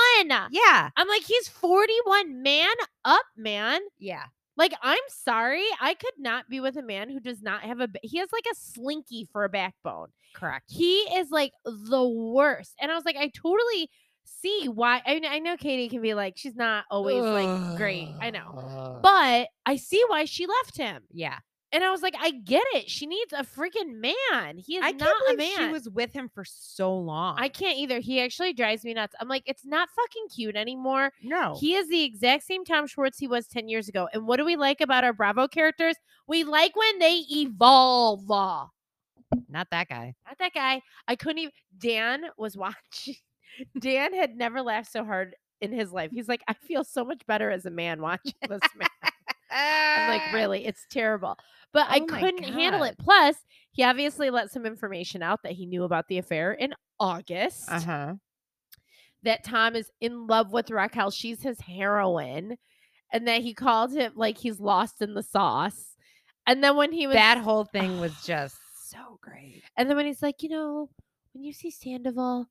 Speaker 4: Yeah.
Speaker 1: I'm like, he's 41. Man up, man.
Speaker 4: Yeah.
Speaker 1: Like, I'm sorry, I could not be with a man who does not have a. ba- He has like a slinky for a backbone.
Speaker 4: Correct.
Speaker 1: He is like the worst. And I was like, I totally see why. I mean, I know Katie can be like, she's not always like great. I know, but I see why she left him.
Speaker 4: Yeah.
Speaker 1: And I was like, I get it. She needs a freaking man. He is
Speaker 4: I
Speaker 1: not
Speaker 4: can't
Speaker 1: a
Speaker 4: believe
Speaker 1: man.
Speaker 4: she was with him for so long.
Speaker 1: I can't either. He actually drives me nuts. I'm like, it's not fucking cute anymore.
Speaker 4: no.
Speaker 1: He is the exact same Tom Schwartz he was 10 years ago. And what do we like about our Bravo characters? We like when they evolve. Not
Speaker 4: Not that guy.
Speaker 1: that guy. I couldn't even. Dan was watching. Dan had never laughed so hard in his life. He's like, I feel so much better as a man watching this man.
Speaker 4: Ah.
Speaker 1: I'm like, really? It's terrible. But I
Speaker 4: Oh my
Speaker 1: couldn't handle
Speaker 4: God.
Speaker 1: it. Plus, he obviously let some information out that he knew about the affair in August
Speaker 4: Uh huh.
Speaker 1: that Tom is in love with Raquel. She's his heroine. And that he called him like he's lost in the sauce. And then when he was
Speaker 4: That whole thing was just so great.
Speaker 1: and then when he's like, you know, when you see Sandoval,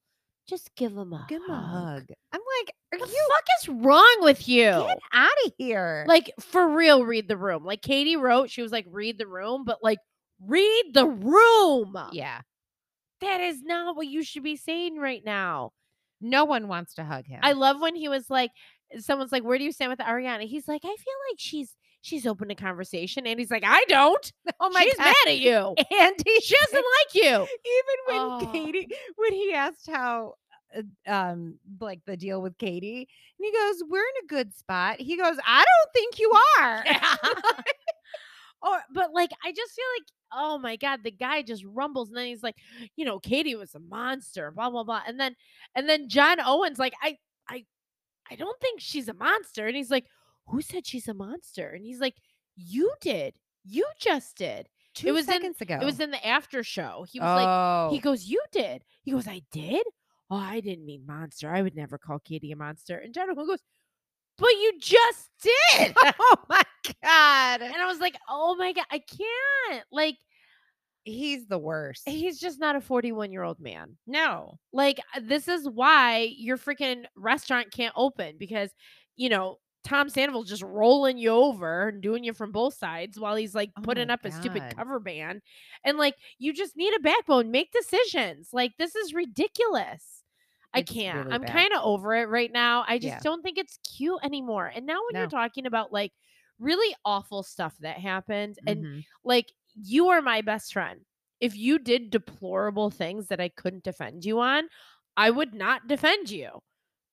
Speaker 1: just give him a
Speaker 4: Give him a hug. I'm like, are
Speaker 1: What the
Speaker 4: you
Speaker 1: fuck is wrong with you?
Speaker 4: get out of here?
Speaker 1: Like for real, read the room. Like Katie wrote, she was like, read the room, but like read the room.
Speaker 4: yeah.
Speaker 1: That is not what you should be saying right now.
Speaker 4: No one wants to hug him.
Speaker 1: I love when he was like, someone's like, "Where do you stand with Ariana?" He's like, "I feel like she's she's open to conversation," and he's like, "I don't.
Speaker 4: oh
Speaker 1: she's mad at you.
Speaker 4: Andy.
Speaker 1: She doesn't like you."
Speaker 4: even when
Speaker 1: Oh.
Speaker 4: Katie, when he asked how, uh, um, like the deal with Katie, and he goes, "We're in a good spot." He goes, "I don't think you are."
Speaker 1: or, but like, I just feel like, oh my god, the guy just rumbles, and then he's like, you know, Katie was a monster, blah blah blah, and then and then John Owens like, I I I don't think she's a monster, and he's like, who said she's a monster? And he's like, you did, you just did.
Speaker 4: Two
Speaker 1: was in-
Speaker 4: seconds ago.
Speaker 1: It was in the after show. He was like.
Speaker 4: oh.
Speaker 1: He goes, You did. He goes, I did? Oh, I didn't mean monster. I would never call Katie a monster. And John Owen goes, But you just did.
Speaker 4: oh my god,
Speaker 1: and I was like, Oh my God, I can't. Like,
Speaker 4: he's the worst.
Speaker 1: he's just not a 41 year old man.
Speaker 4: no,
Speaker 1: Like, uh, this is why your freaking restaurant can't open because, you know, Tom Sandoval's just rolling you over and doing you from both sides while he's like
Speaker 4: Oh
Speaker 1: putting
Speaker 4: my
Speaker 1: up a stupid
Speaker 4: God.
Speaker 1: cover band. And like, you just need a backbone, make decisions. Like, this is ridiculous. I
Speaker 4: It's
Speaker 1: can't.
Speaker 4: really
Speaker 1: I'm
Speaker 4: bad.
Speaker 1: kind of over it right now. I just
Speaker 4: Yeah.
Speaker 1: don't think it's cute anymore. And now when
Speaker 4: No.
Speaker 1: you're talking about like really awful stuff that happened and
Speaker 4: Mhm.
Speaker 1: like you are my best friend. If you did deplorable things that I couldn't defend you on, I would not defend you.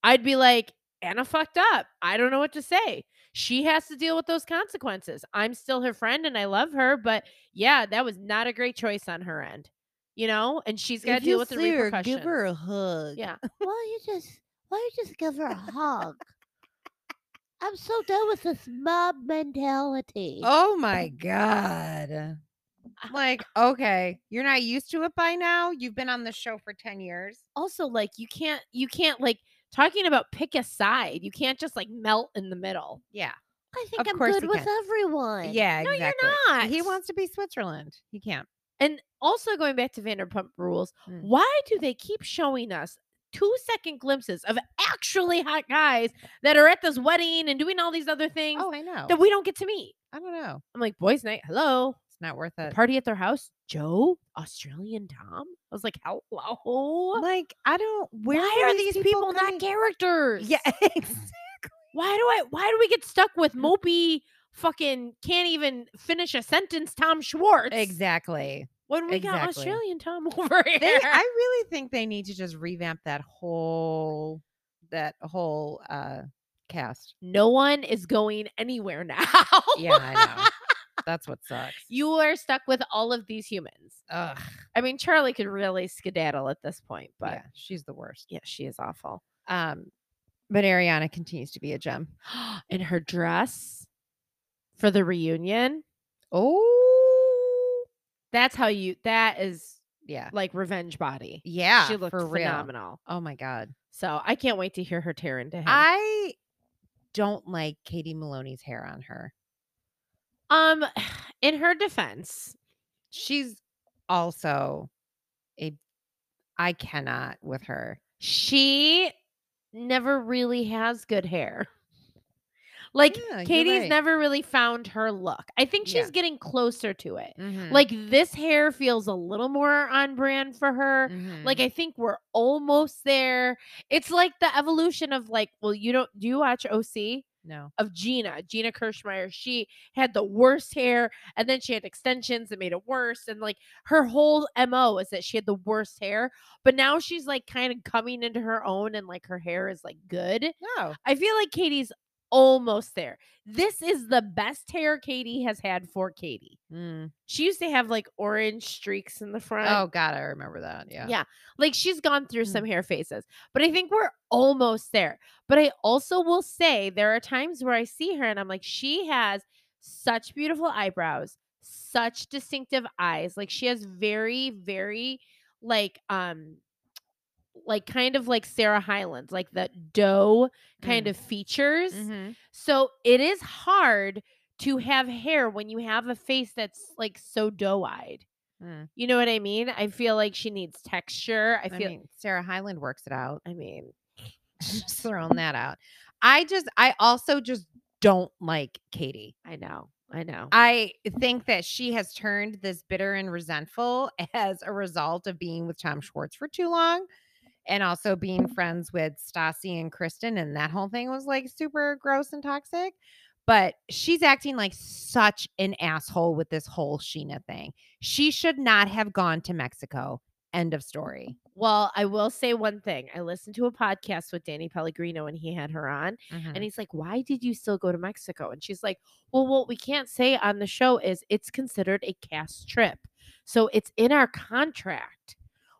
Speaker 1: I'd be like, Anna fucked up. I don't know what to say. She has to deal with those consequences. I'm still her friend and I love her, but yeah, that was not a great choice on her end. You know, and she's got to
Speaker 4: If you
Speaker 1: deal with the
Speaker 4: see her,
Speaker 1: repercussions.
Speaker 4: Give her a hug.
Speaker 1: Yeah.
Speaker 4: Well, you just
Speaker 5: Why don't you just give her a hug? I'm so done with this mob mentality.
Speaker 4: Oh my God.
Speaker 1: Ah.
Speaker 4: I'm Like, okay, you're not used to it by now. You've been on the show for 10 years.
Speaker 1: also like you can't you can't like talking about pick a side you can't just like melt in the middle
Speaker 4: Yeah.
Speaker 5: I think
Speaker 4: of
Speaker 5: I'm
Speaker 4: course
Speaker 5: good
Speaker 4: you
Speaker 5: with
Speaker 4: can.
Speaker 5: everyone.
Speaker 4: Yeah,
Speaker 1: no
Speaker 4: exactly.
Speaker 1: you're not
Speaker 4: He wants to be Switzerland. He can't.
Speaker 1: and also going back to vanderpump rules
Speaker 4: Mm.
Speaker 1: why do they keep showing us two second glimpses of actually hot guys that are at this wedding and doing all these other things
Speaker 4: Oh, I know.
Speaker 1: that we don't get to meet
Speaker 4: I don't know.
Speaker 1: i'm like boys night hello
Speaker 4: It's not worth
Speaker 1: The
Speaker 4: it.
Speaker 1: party at their house joe australian tom i was like hello
Speaker 4: Like, I don't. Where
Speaker 1: why are these people, not
Speaker 4: coming-
Speaker 1: characters
Speaker 4: Yeah.
Speaker 1: why do I why do we get stuck with mopey fucking can't even finish a sentence Tom Schwartz
Speaker 4: exactly.
Speaker 1: when we got
Speaker 4: exactly.
Speaker 1: Australian Tom over here?
Speaker 4: They, I really think they need to just revamp that whole that whole uh cast.
Speaker 1: no one is going anywhere now.
Speaker 4: Yeah, I know. That's what sucks.
Speaker 1: you are stuck with all of these humans.
Speaker 4: Ugh.
Speaker 1: I mean, Charlie could really skedaddle at this point, but
Speaker 4: yeah,
Speaker 1: yeah,
Speaker 4: she's the worst.
Speaker 1: she is awful.
Speaker 4: Um, but Ariana continues to be a gem.
Speaker 1: And her dress for the reunion.
Speaker 4: Oh,
Speaker 1: That's how you that is
Speaker 4: yeah,
Speaker 1: like revenge body.
Speaker 4: yeah.
Speaker 1: she looked
Speaker 4: for real.
Speaker 1: phenomenal.
Speaker 4: Oh my god,
Speaker 1: So I can't wait to hear her tear into him.
Speaker 4: I don't like Katie Maloney's hair on her.
Speaker 1: Um, in her defense,
Speaker 4: She's also a. I cannot with her.
Speaker 1: she never really has good hair. Like
Speaker 4: Yeah, you're
Speaker 1: Katie's
Speaker 4: right.
Speaker 1: never really found her look. I think she's
Speaker 4: Yeah.
Speaker 1: getting closer to it.
Speaker 4: Mhm,
Speaker 1: Like this hair feels a little more on brand for her.
Speaker 4: mhm.
Speaker 1: Like I think we're almost there. It's like the evolution of like, well, you don't do you watch OC?
Speaker 4: no,
Speaker 1: of Gina, Gina Kirschmeyer. She had the worst hair, and then she had extensions that made it worse. And like her whole MO is that she had the worst hair, but now she's like kind of coming into her own and like her hair is like good.
Speaker 4: no.
Speaker 1: I feel like Katie's almost there. This is the best hair Katie has had for Katie.
Speaker 4: Mm.
Speaker 1: She used to have like orange streaks in the front.
Speaker 4: Oh god, I remember that. Yeah.
Speaker 1: Yeah. Like she's gone through
Speaker 4: Mm.
Speaker 1: some hair phases, but I think we're almost there. But I also will say there are times where I see her and I'm like, she has such beautiful eyebrows, such distinctive eyes. Like she has very, very like um like kind of like Sarah Hyland, like the doe kind
Speaker 4: Mm.
Speaker 1: of features.
Speaker 4: Mhm.
Speaker 1: So it is hard to have hair when you have a face that's like so doe-eyed.
Speaker 4: Mm.
Speaker 1: You know what I mean? I feel like she needs texture. Hmm. I
Speaker 4: I
Speaker 1: feel.
Speaker 4: mean, Sarah Hyland works it out.
Speaker 1: I mean,
Speaker 4: just throwing that out. I just, I also just don't like Katie.
Speaker 1: I know, I know.
Speaker 4: I think that she has turned this bitter and resentful as a result of being with Tom Schwartz for too long and also being friends with Stassi and Kristen. And that whole thing was like super gross and toxic. But she's acting like such an asshole with this whole Sheena thing. She should not have gone to Mexico. End of story.
Speaker 1: well, I will say one thing. I listened to a podcast with Danny Pellegrino, and he had her on, and
Speaker 4: And
Speaker 1: he's like, "Why did you still go to Mexico?" And she's like, "Well, what we can't say on the show is it's considered a cast trip, so it's in our contract.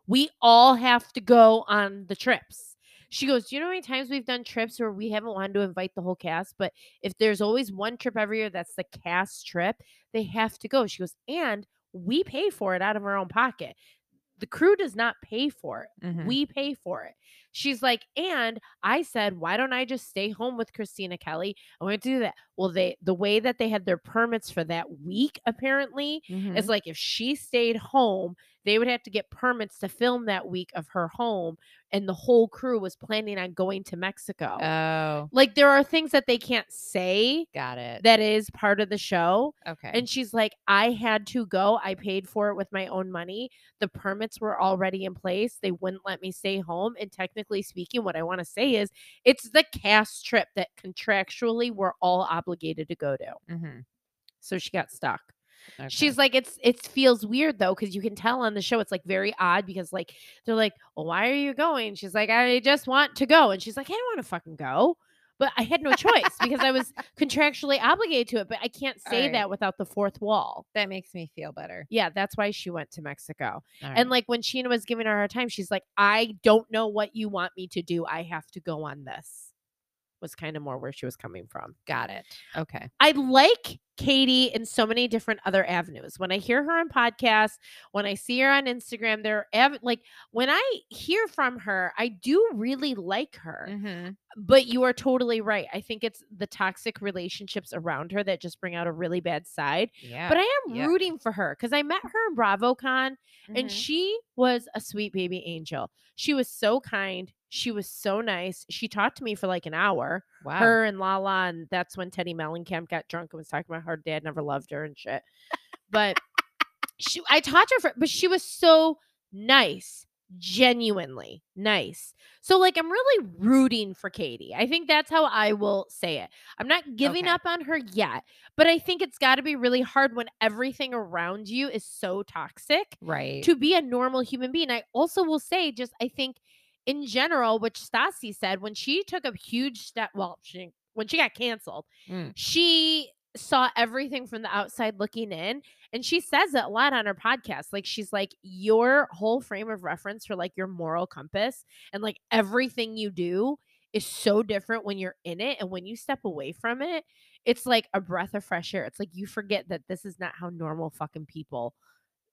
Speaker 1: We all have to go on the trips." She goes, Do you know how many times we've done trips where we haven't wanted to invite the whole cast? But if there's always one trip every year that's the cast trip, they have to go. She goes, And we pay for it out of our own pocket. The crew does not pay for it.
Speaker 4: Mhm.
Speaker 1: We pay for it. She's like, and I said, why don't I just stay home with Christina Kelly? I want to do that. Well, they the way that they had their permits for that week apparently
Speaker 4: Mhm.
Speaker 1: is like if she stayed home, they would have to get permits to film that week of her home, and the whole crew was planning on going to Mexico.
Speaker 4: oh,
Speaker 1: like there are things that they can't say
Speaker 4: got it.
Speaker 1: that is part of the show.
Speaker 4: okay.
Speaker 1: And she's like, I had to go. I paid for it with my own money. The permits were already in place. They wouldn't let me stay home. And technically speaking, what I want to say is it's the cast trip that contractually we're all obligated to go to.
Speaker 4: Mhm.
Speaker 1: So she got stuck.
Speaker 4: Okay.
Speaker 1: She's like, it's it feels weird though, because you can tell on the show it's like very odd because like they're like, Well, why are you going? She's like, I just want to go. And she's like, I don't want to fucking go. But I had no choice because I was contractually obligated to it. But I can't
Speaker 4: All
Speaker 1: say
Speaker 4: right.
Speaker 1: that without the fourth wall.
Speaker 4: That makes me feel better.
Speaker 1: Yeah, that's why she went to Mexico. And like when Sheena was giving her her time, she's like, I don't know what you want me to do. I have to go on this. Was kind of more where she was coming from.
Speaker 4: got it. Okay.
Speaker 1: I like Katie in so many different other avenues. When I hear her on podcasts, when I see her on Instagram, there are ave- like when I hear from her, I do really like her.
Speaker 4: Mm. Mm-hmm.
Speaker 1: But you are totally right. I think it's the toxic relationships around her that just bring out a really bad side.
Speaker 4: Yeah.
Speaker 1: But I am
Speaker 4: yeah.
Speaker 1: rooting for her because I met her in BravoCon
Speaker 4: Mm-hmm.
Speaker 1: and she was a sweet baby angel. She was so kind. She was so nice. She talked to me for like an hour
Speaker 4: wow.
Speaker 1: her and Lala, and that's when Teddy Mellencamp got drunk and was talking about how her dad never loved her and shit. But she, I taught her, for, but she was so nice, genuinely nice. So like, I'm really rooting for Katie. I think that's how I will say it. I'm not giving
Speaker 4: Okay.
Speaker 1: up on her yet, but I think it's got to be really hard when everything around you is so toxic
Speaker 4: right.
Speaker 1: to be a normal human being. I also will say, just I think in general, which Stassi said when she took a huge step, well, she when she got canceled,
Speaker 4: Mm.
Speaker 1: she saw everything from the outside looking in, and she says it a lot on her podcast. Like she's like, your whole frame of reference for like your moral compass and like everything you do is so different when you're in it and when you step away from it it's like a breath of fresh air it's like you forget that this is not how normal fucking people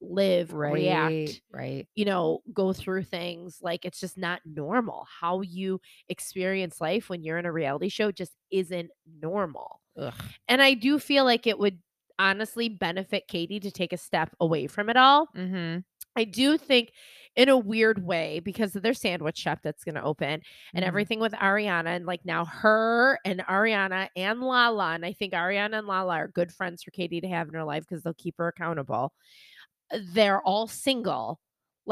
Speaker 1: live
Speaker 4: right.
Speaker 1: react
Speaker 4: Right.
Speaker 1: you know go through things like it's just not normal how you experience life when you're in a reality show just isn't normal
Speaker 4: Ugh.
Speaker 1: and i do feel like it would honestly benefit katie to take a step away from it all
Speaker 4: Mm-hmm.
Speaker 1: I do think in a weird way because of their sandwich shop that's going to open and
Speaker 4: Mhm.
Speaker 1: everything with Ariana and like now her and Ariana and Lala and I think Ariana and Lala are good friends for Katie to have in her life because they'll keep her accountable. uh, They're all single.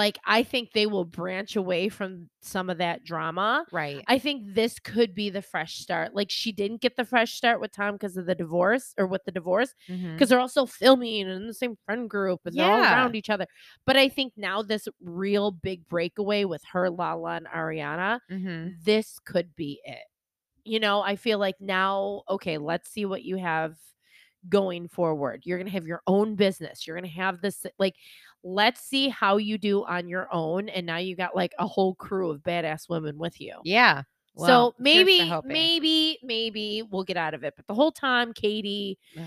Speaker 1: Like I think they will branch away from some of that drama.
Speaker 4: Right.
Speaker 1: I think this could be the fresh start. Like she didn't get the fresh start with Tom because of the divorce or with the divorce
Speaker 4: Mhm.
Speaker 1: because they're all still filming and in the same friend group and they're all
Speaker 4: Yeah.
Speaker 1: around each other. But I think now this real big breakaway with her, Lala, and Ariana,
Speaker 4: Mhm.
Speaker 1: this could be it. You know, I feel like now, okay, let's see what you have going forward. You're going to have your own business. You're going to have this, like, let's see how you do on your own. And now you got like a whole crew of badass women with you.
Speaker 4: Yeah.
Speaker 1: so
Speaker 4: Well, here's to
Speaker 1: maybe,
Speaker 4: hoping.
Speaker 1: maybe, maybe we'll get out of it. But the whole time, Katie,
Speaker 4: Ugh.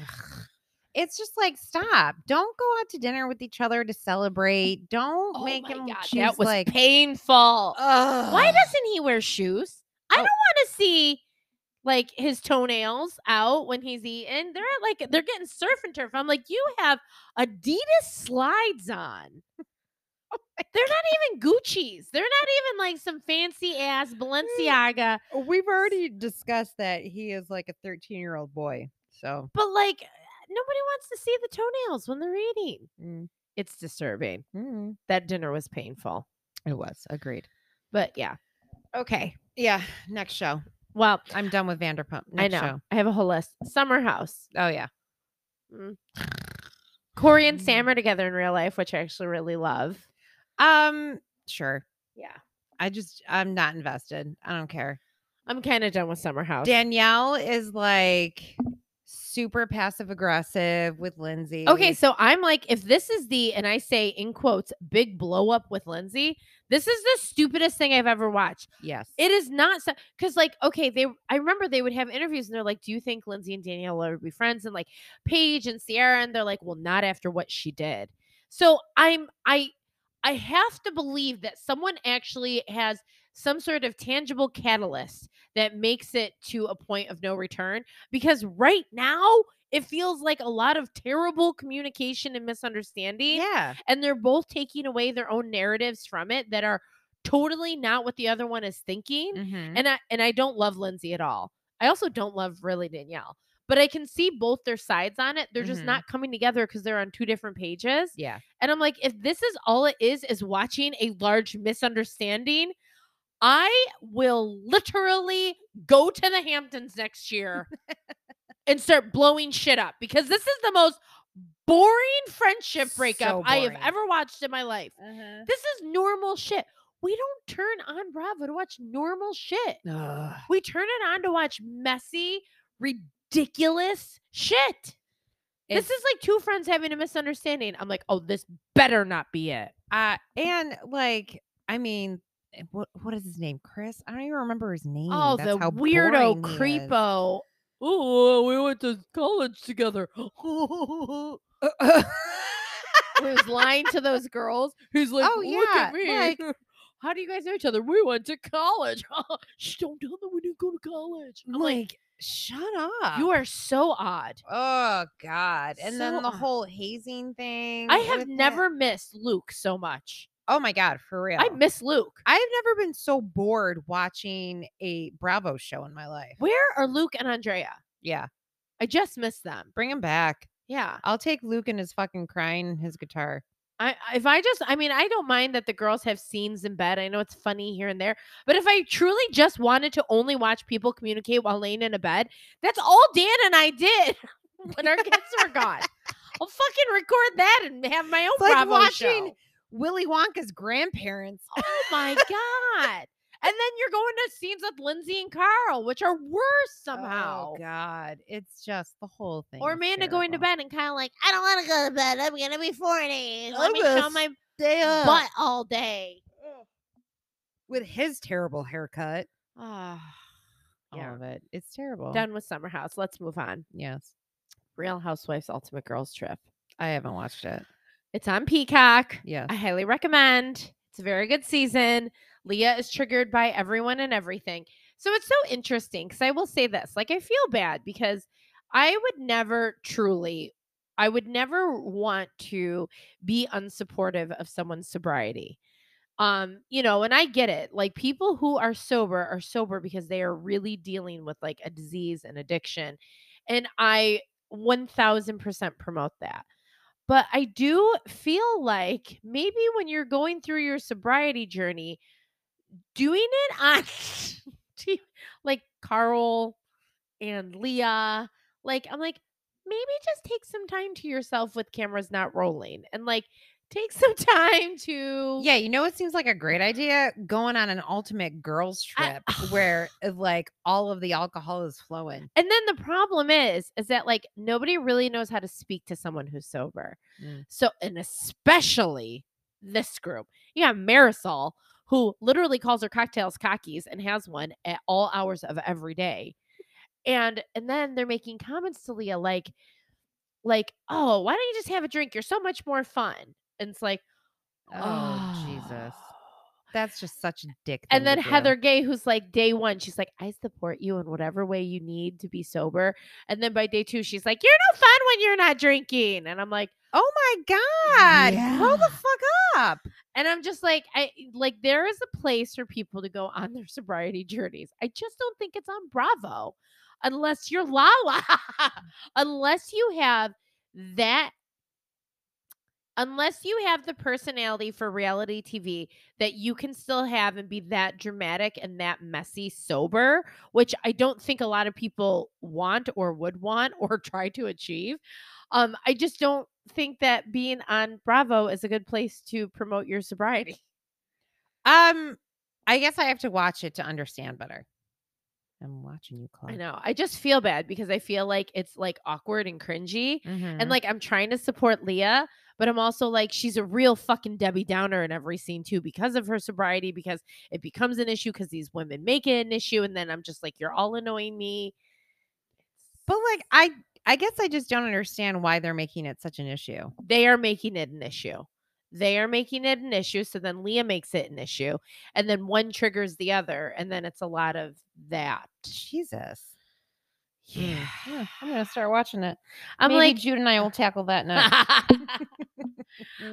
Speaker 4: It's just like stop. Don't go out to dinner with each other to celebrate. Don't
Speaker 1: Oh
Speaker 4: make
Speaker 1: my
Speaker 4: him
Speaker 1: God,
Speaker 4: choose
Speaker 1: that was
Speaker 4: like
Speaker 1: painful. Why
Speaker 4: Ugh.
Speaker 1: doesn't he wear shoes? I
Speaker 4: Oh.
Speaker 1: don't want to see like his toenails out when he's eating. They're at, like they're getting surf and turf. I'm like, you have Adidas slides on.
Speaker 4: Oh
Speaker 1: They're not even Gucci's. They're not even like some fancy ass
Speaker 4: Mm.
Speaker 1: Balenciaga.
Speaker 4: We've already discussed that he is like a 13 year old boy. So
Speaker 1: But like nobody wants to see the toenails when they're eating. Mm, It's disturbing.
Speaker 4: mm,
Speaker 1: That dinner was painful.
Speaker 4: it was agreed.
Speaker 1: But yeah.
Speaker 4: Okay. Yeah. Next show.
Speaker 1: Well,
Speaker 4: I'm done with Vanderpump.
Speaker 1: I
Speaker 4: Next
Speaker 1: know.
Speaker 4: Show.
Speaker 1: I have a whole list. Summer House.
Speaker 4: Oh yeah.
Speaker 1: Corey and
Speaker 4: Mm.
Speaker 1: Sam are together in real life, which I actually really love.
Speaker 4: Um. Sure.
Speaker 1: Yeah.
Speaker 4: I just I'm not invested. I don't care.
Speaker 1: I'm kind of done with Summer House.
Speaker 4: Danielle is like super passive aggressive with Lindsay.
Speaker 1: Okay, so I'm like, if this is the, and I say in quotes, big blow up with Lindsay, this is the stupidest thing I've ever watched.
Speaker 4: Yes.
Speaker 1: It is not so because like okay, they I remember they would have interviews and they're like, Do you think Lindsay and Danielle will ever be friends? And like Paige and Sierra, and they're like, Well, not after what she did. So I'm I I have to believe that someone actually has some sort of tangible catalyst that makes it to a point of no return because right now it feels like a lot of terrible communication and misunderstanding
Speaker 4: Yeah.
Speaker 1: and they're both taking away their own narratives from it that are totally not what the other one is thinking
Speaker 4: Mhm.
Speaker 1: and i and i don't love lindsay at all i also don't love really danielle but i can see both their sides on it they're just
Speaker 4: Mhm.
Speaker 1: not coming together because they're on two different pages
Speaker 4: Yeah.
Speaker 1: and i'm like if this is all it is is watching a large misunderstanding i will literally go to the hamptons next year and start blowing shit up because this is the most boring friendship breakup
Speaker 4: So
Speaker 1: i have
Speaker 4: boring.
Speaker 1: Uh-huh. ever watched in my life this is normal shit. we don't turn on Bravo to watch normal shit.
Speaker 4: Ugh.
Speaker 1: We turn it on to watch messy, ridiculous shit. this is like two friends having a misunderstanding. I'm like, oh, this better not be it.
Speaker 4: Uh, and like, I mean, eh, what what is his name? Chris? I don't even remember his name. Mm,
Speaker 1: Oh,
Speaker 4: That's
Speaker 1: the
Speaker 4: how
Speaker 1: weirdo
Speaker 4: boring he is.
Speaker 1: creepo. Oh, we went to college together. Who was lying to those girls? He's like,
Speaker 4: Oh,
Speaker 1: look at
Speaker 4: yeah,
Speaker 1: me.
Speaker 4: like-
Speaker 1: How do you guys know each other? We went to college. Shh, don't tell them we didn't go to college. I'm like,
Speaker 4: like, shut up.
Speaker 1: you are so odd.
Speaker 4: Oh God! And
Speaker 1: So
Speaker 4: then the
Speaker 1: odd.
Speaker 4: whole hazing thing.
Speaker 1: I have
Speaker 4: with it.
Speaker 1: never missed Luke so much.
Speaker 4: Oh my God! For real.
Speaker 1: I miss Luke.
Speaker 4: I've never been so bored watching a Bravo show in my life.
Speaker 1: Where are Luke and Andrea?
Speaker 4: Yeah,
Speaker 1: I just miss them.
Speaker 4: bring him back.
Speaker 1: Yeah.
Speaker 4: I'll take Luke and his fucking crying and his guitar.
Speaker 1: I I- if I just I mean I don't mind that the girls have scenes in bed. I know it's funny here and there, but if I truly just wanted to only watch people communicate while laying in a bed, that's all Dan and I did when our kids were gone. I'll fucking record that and have my own
Speaker 4: It's like
Speaker 1: Bravo
Speaker 4: watching
Speaker 1: show.
Speaker 4: Willy Wonka's grandparents.
Speaker 1: Oh my god! And then you're going to scenes with Lindsay and Carl, which are worse somehow.
Speaker 4: Oh God, it's just the whole thing.
Speaker 1: or
Speaker 4: is
Speaker 1: Amanda going to
Speaker 4: terrible.
Speaker 1: bed and Kyle like
Speaker 5: I don't want to go to bed. I'm going to be 40. Let
Speaker 4: I'm
Speaker 5: me
Speaker 4: gonna
Speaker 5: show my
Speaker 4: Stay up
Speaker 5: butt all day.
Speaker 4: with his terrible haircut.
Speaker 1: ah.
Speaker 4: All
Speaker 1: Yeah.
Speaker 4: of it. It's terrible.
Speaker 1: Done with Summer House. Let's move on.
Speaker 4: Yes,
Speaker 1: Real Housewives Ultimate Girls Trip.
Speaker 4: I haven't watched it.
Speaker 1: It's on Peacock.
Speaker 4: Yes.
Speaker 1: I highly recommend. It's a very good season. Leah is triggered by everyone and everything. So it's so interesting because I will say this like, I feel bad because I would never truly, I would never want to be unsupportive of someone's sobriety. Um, you know, and I get it. Like, people who are sober are sober because they are really dealing with like a disease and addiction. And I 1000% promote that. But I do feel like maybe when you're going through your sobriety journey, doing it on t- like Carl and Leah, like I'm like, maybe just take some time to yourself with cameras not rolling and like take some time to
Speaker 4: Yeah, you know it seems like a great idea? Going on an ultimate girls
Speaker 1: I-
Speaker 4: trip where uh, like all of the alcohol is flowing.
Speaker 1: And then the problem is, is that like nobody really knows how to speak to someone who's sober.
Speaker 4: Mm.
Speaker 1: So, and especially this group, you got Marisol, who literally calls her cocktails cockies and has one at all hours of every day. And and then they're making comments to Leah like, like, oh, why don't you just have a drink? You're so much more fun. And it's like, "Ah."
Speaker 4: Oh Jesus. That's just such a dick.
Speaker 1: and
Speaker 4: thing
Speaker 1: then
Speaker 4: to do.
Speaker 1: Heather Gay, who's like day one, she's like, I support you in whatever way you need to be sober. And then by day two, she's like, You're no fun when you're not drinking. And I'm like,
Speaker 4: Oh my god. Grow the
Speaker 1: Yeah.
Speaker 4: fuck up.
Speaker 1: and I'm just like, I e, like there is a place for people to go on their sobriety journeys. I just don't think it's on Bravo. Unless you're Lala. unless you have that unless you have the personality for reality TV that you can still have and be that dramatic and that messy sober, which I don't think a lot of people want or would want or try to achieve. Um, I just don't think that being on Bravo is a good place to promote your sobriety.
Speaker 4: Um I guess I have to watch it to understand better. I'm watching you, Chloe.
Speaker 1: I know. I just feel bad because I feel like it's like awkward and cringy. And
Speaker 4: Mhm.
Speaker 1: like I'm trying to support Leah, but I'm also like she's a real fucking Debbie Downer in every scene too because of her sobriety because it becomes an issue cuz these women make it an issue and then I'm just like you're all annoying me.
Speaker 4: but like I I guess I just don't understand why they're making it such an issue.
Speaker 1: They are making it an issue. They are making it an issue so then Leah makes it an issue and then one triggers the other and then it's a lot of that.
Speaker 4: Jesus. Hmm.
Speaker 1: Yeah.
Speaker 4: Yeah, I'm gonna start watching it.
Speaker 1: I'm
Speaker 4: Maybe
Speaker 1: like
Speaker 4: Jude and I will tackle that next.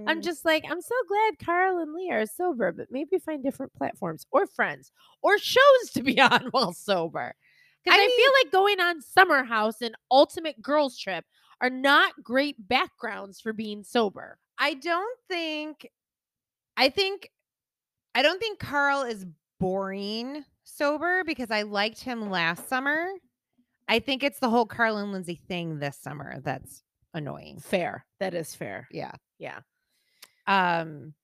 Speaker 1: I'm just like, I'm so glad Carl and Leah are sober, but maybe find different platforms or friends or shows to be on while sober. Because
Speaker 4: I
Speaker 1: I, feel like going on Summer House and Ultimate Girls Trip are not great backgrounds for being sober.
Speaker 4: I don't think I think I don't think Carl is boring sober because I liked him last summer. I think it's the whole Carl and Lindsay thing this summer that's annoying.
Speaker 1: Fair. That is fair.
Speaker 4: Yeah.
Speaker 1: Yeah.
Speaker 4: Um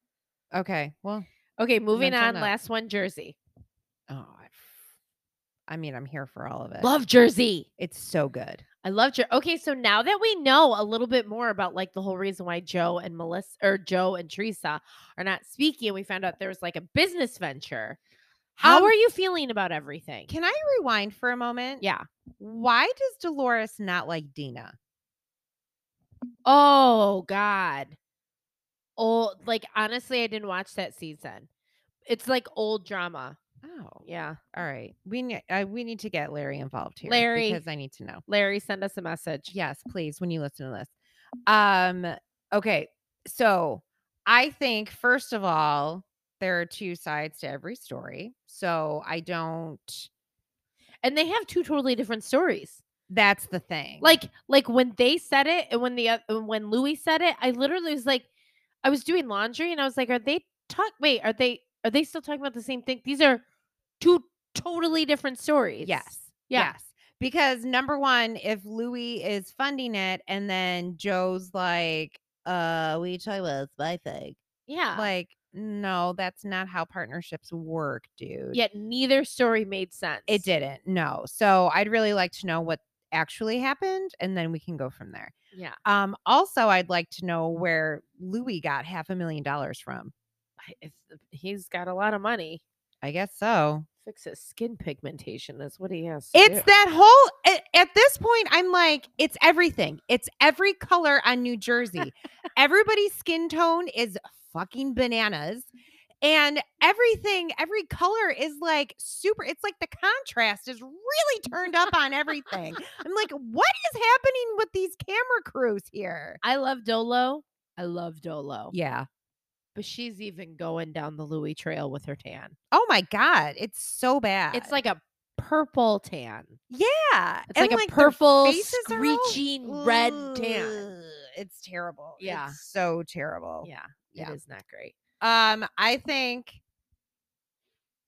Speaker 4: okay. Well,
Speaker 1: Okay, moving
Speaker 4: Mental
Speaker 1: on.
Speaker 4: note.
Speaker 1: Last one, Jersey.
Speaker 4: Oh, I, I mean, I'm here for all of it.
Speaker 1: Love Jersey.
Speaker 4: It's so good.
Speaker 1: I love Jer. Okay, so now that we know a little bit more about like the whole reason why Joe and Melissa or Joe and Teresa are not speaking, and we found out there was like a business venture. How
Speaker 4: Um,
Speaker 1: are you feeling about everything?
Speaker 4: Can I rewind for a moment?
Speaker 1: yeah.
Speaker 4: Why does Dolores not like Dina?
Speaker 1: Oh God. Oh, like honestly, I didn't watch that season. It's like old drama.
Speaker 4: Oh,
Speaker 1: Yeah.
Speaker 4: all right. We need uh, we need to get Larry involved here,
Speaker 1: Larry.
Speaker 4: because I need to know.
Speaker 1: Larry, send us a message.
Speaker 4: Yes, please. When you listen to this, um, okay. So I think first of all, there are two sides to every story. So I don't.
Speaker 1: And they have two totally different stories.
Speaker 4: That's the thing.
Speaker 1: like like when they said it and when the oth- and when Louis said it, I literally was like, I was doing laundry and I was like, are they talk? Wait, are they are they still talking about the same thing? These are two totally different stories.
Speaker 4: Yes.
Speaker 1: Yeah.
Speaker 4: Yes. Because number one, if Louis is funding it and then Joe's like, uh, we talk about it's my thing.
Speaker 1: Yeah.
Speaker 4: Like, no, that's not how partnerships work, dude.
Speaker 1: Yet neither story made sense.
Speaker 4: It didn't. No. So I'd really like to know what actually happened and then we can go from there.
Speaker 1: Yeah.
Speaker 4: Um, also I'd like to know where Louis got half a million dollars from.
Speaker 1: I- it's- he's got a lot of money.
Speaker 4: I guess so.
Speaker 1: Fix his skin pigmentation is what he has. To
Speaker 4: It's
Speaker 1: do.
Speaker 4: that whole a- at this point I'm like it's everything. It's every color on New Jersey. Everybody's skin tone is fucking bananas and everything every color is like super it's like the contrast is really turned up on everything. I'm like what is happening with these camera crews here?
Speaker 1: I love Dolo. I love Dolo.
Speaker 4: Yeah.
Speaker 1: But she's even going down the Louis trail with her tan.
Speaker 4: Oh my god, it's so bad.
Speaker 1: It's like a purple tan.
Speaker 4: yeah,
Speaker 1: It's like
Speaker 4: and, their
Speaker 1: a purple,
Speaker 4: faces are all-
Speaker 1: screeching red tan.
Speaker 4: Ugh, It's terrible.
Speaker 1: Yeah.
Speaker 4: It's so terrible.
Speaker 1: Yeah,
Speaker 4: Yeah.
Speaker 1: it is not great.
Speaker 4: Um, I think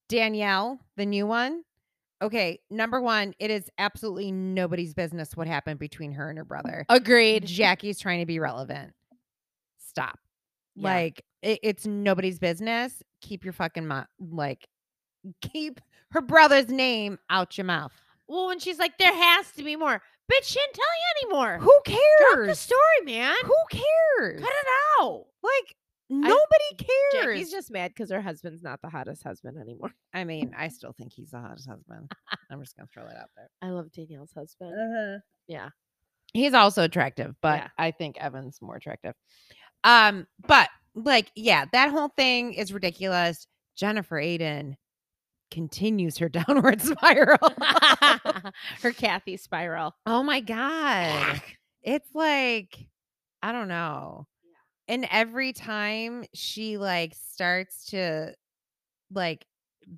Speaker 4: Danielle, the new one. Okay, number one, it is absolutely nobody's business what happened between her and her brother.
Speaker 1: Agreed.
Speaker 4: Jackie's trying to be relevant. Stop.
Speaker 1: Yeah.
Speaker 4: Like it, it's nobody's business. Keep your fucking mouth. Like keep her brother's name out your mouth.
Speaker 1: Well, when she's like, there has to be more. Bitch, she didn't tell you anymore.
Speaker 4: Who
Speaker 1: Drop the
Speaker 4: cares?
Speaker 1: story, man.
Speaker 4: Who cares?
Speaker 1: Cut it out.
Speaker 4: Like nobody cares.
Speaker 1: Jackie's just mad because her husband's not the hottest husband anymore.
Speaker 4: I mean, I still think he's the hottest husband. I'm just gonna throw that out there.
Speaker 1: I love Danielle's husband.
Speaker 4: Uh-huh.
Speaker 1: Yeah.
Speaker 4: He's also attractive, but
Speaker 1: Yeah.
Speaker 4: I think Evan's more attractive. Um, but like, yeah, that whole thing is ridiculous. Jennifer Aiden continues her downward spiral.
Speaker 1: her Kathy spiral.
Speaker 4: oh my god. It's like I don't know. And every time she like starts to like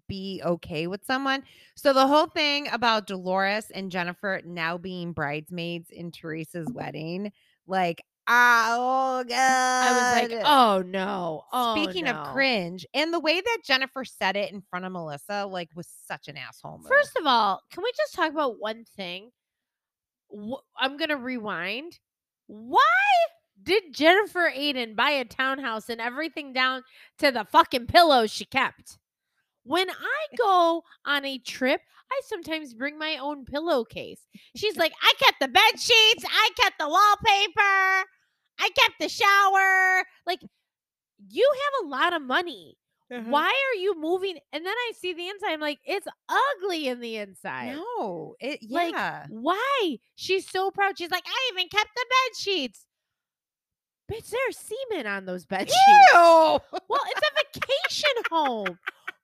Speaker 4: be okay with someone. So the whole thing about Dolores and Jennifer now being bridesmaids in Teresa's wedding, like ah, oh god.
Speaker 1: I was like, oh no. Oh,
Speaker 4: Speaking of
Speaker 1: no."
Speaker 4: cringe, and the way that Jennifer said it in front of Melissa, like, was such an asshole. Move.
Speaker 1: First of all, can we just talk about one thing? Wh- I'm going to rewind. Why did Jennifer Aiden buy a townhouse and everything down to the fucking pillows she kept? When I go on a trip, I sometimes bring my own pillowcase. She's like, I kept the bed sheets, I kept the wallpaper, I kept the shower. Like, you have a lot of money why are you moving? And then I see the inside. I'm like, it's ugly in the inside.
Speaker 4: No, it
Speaker 1: Like,
Speaker 4: yeah.
Speaker 1: Why? She's so proud. She's like, I even kept the bed sheets. Bitch, there's semen on those bed sheets.
Speaker 4: Ew.
Speaker 1: Well, it's a vacation home.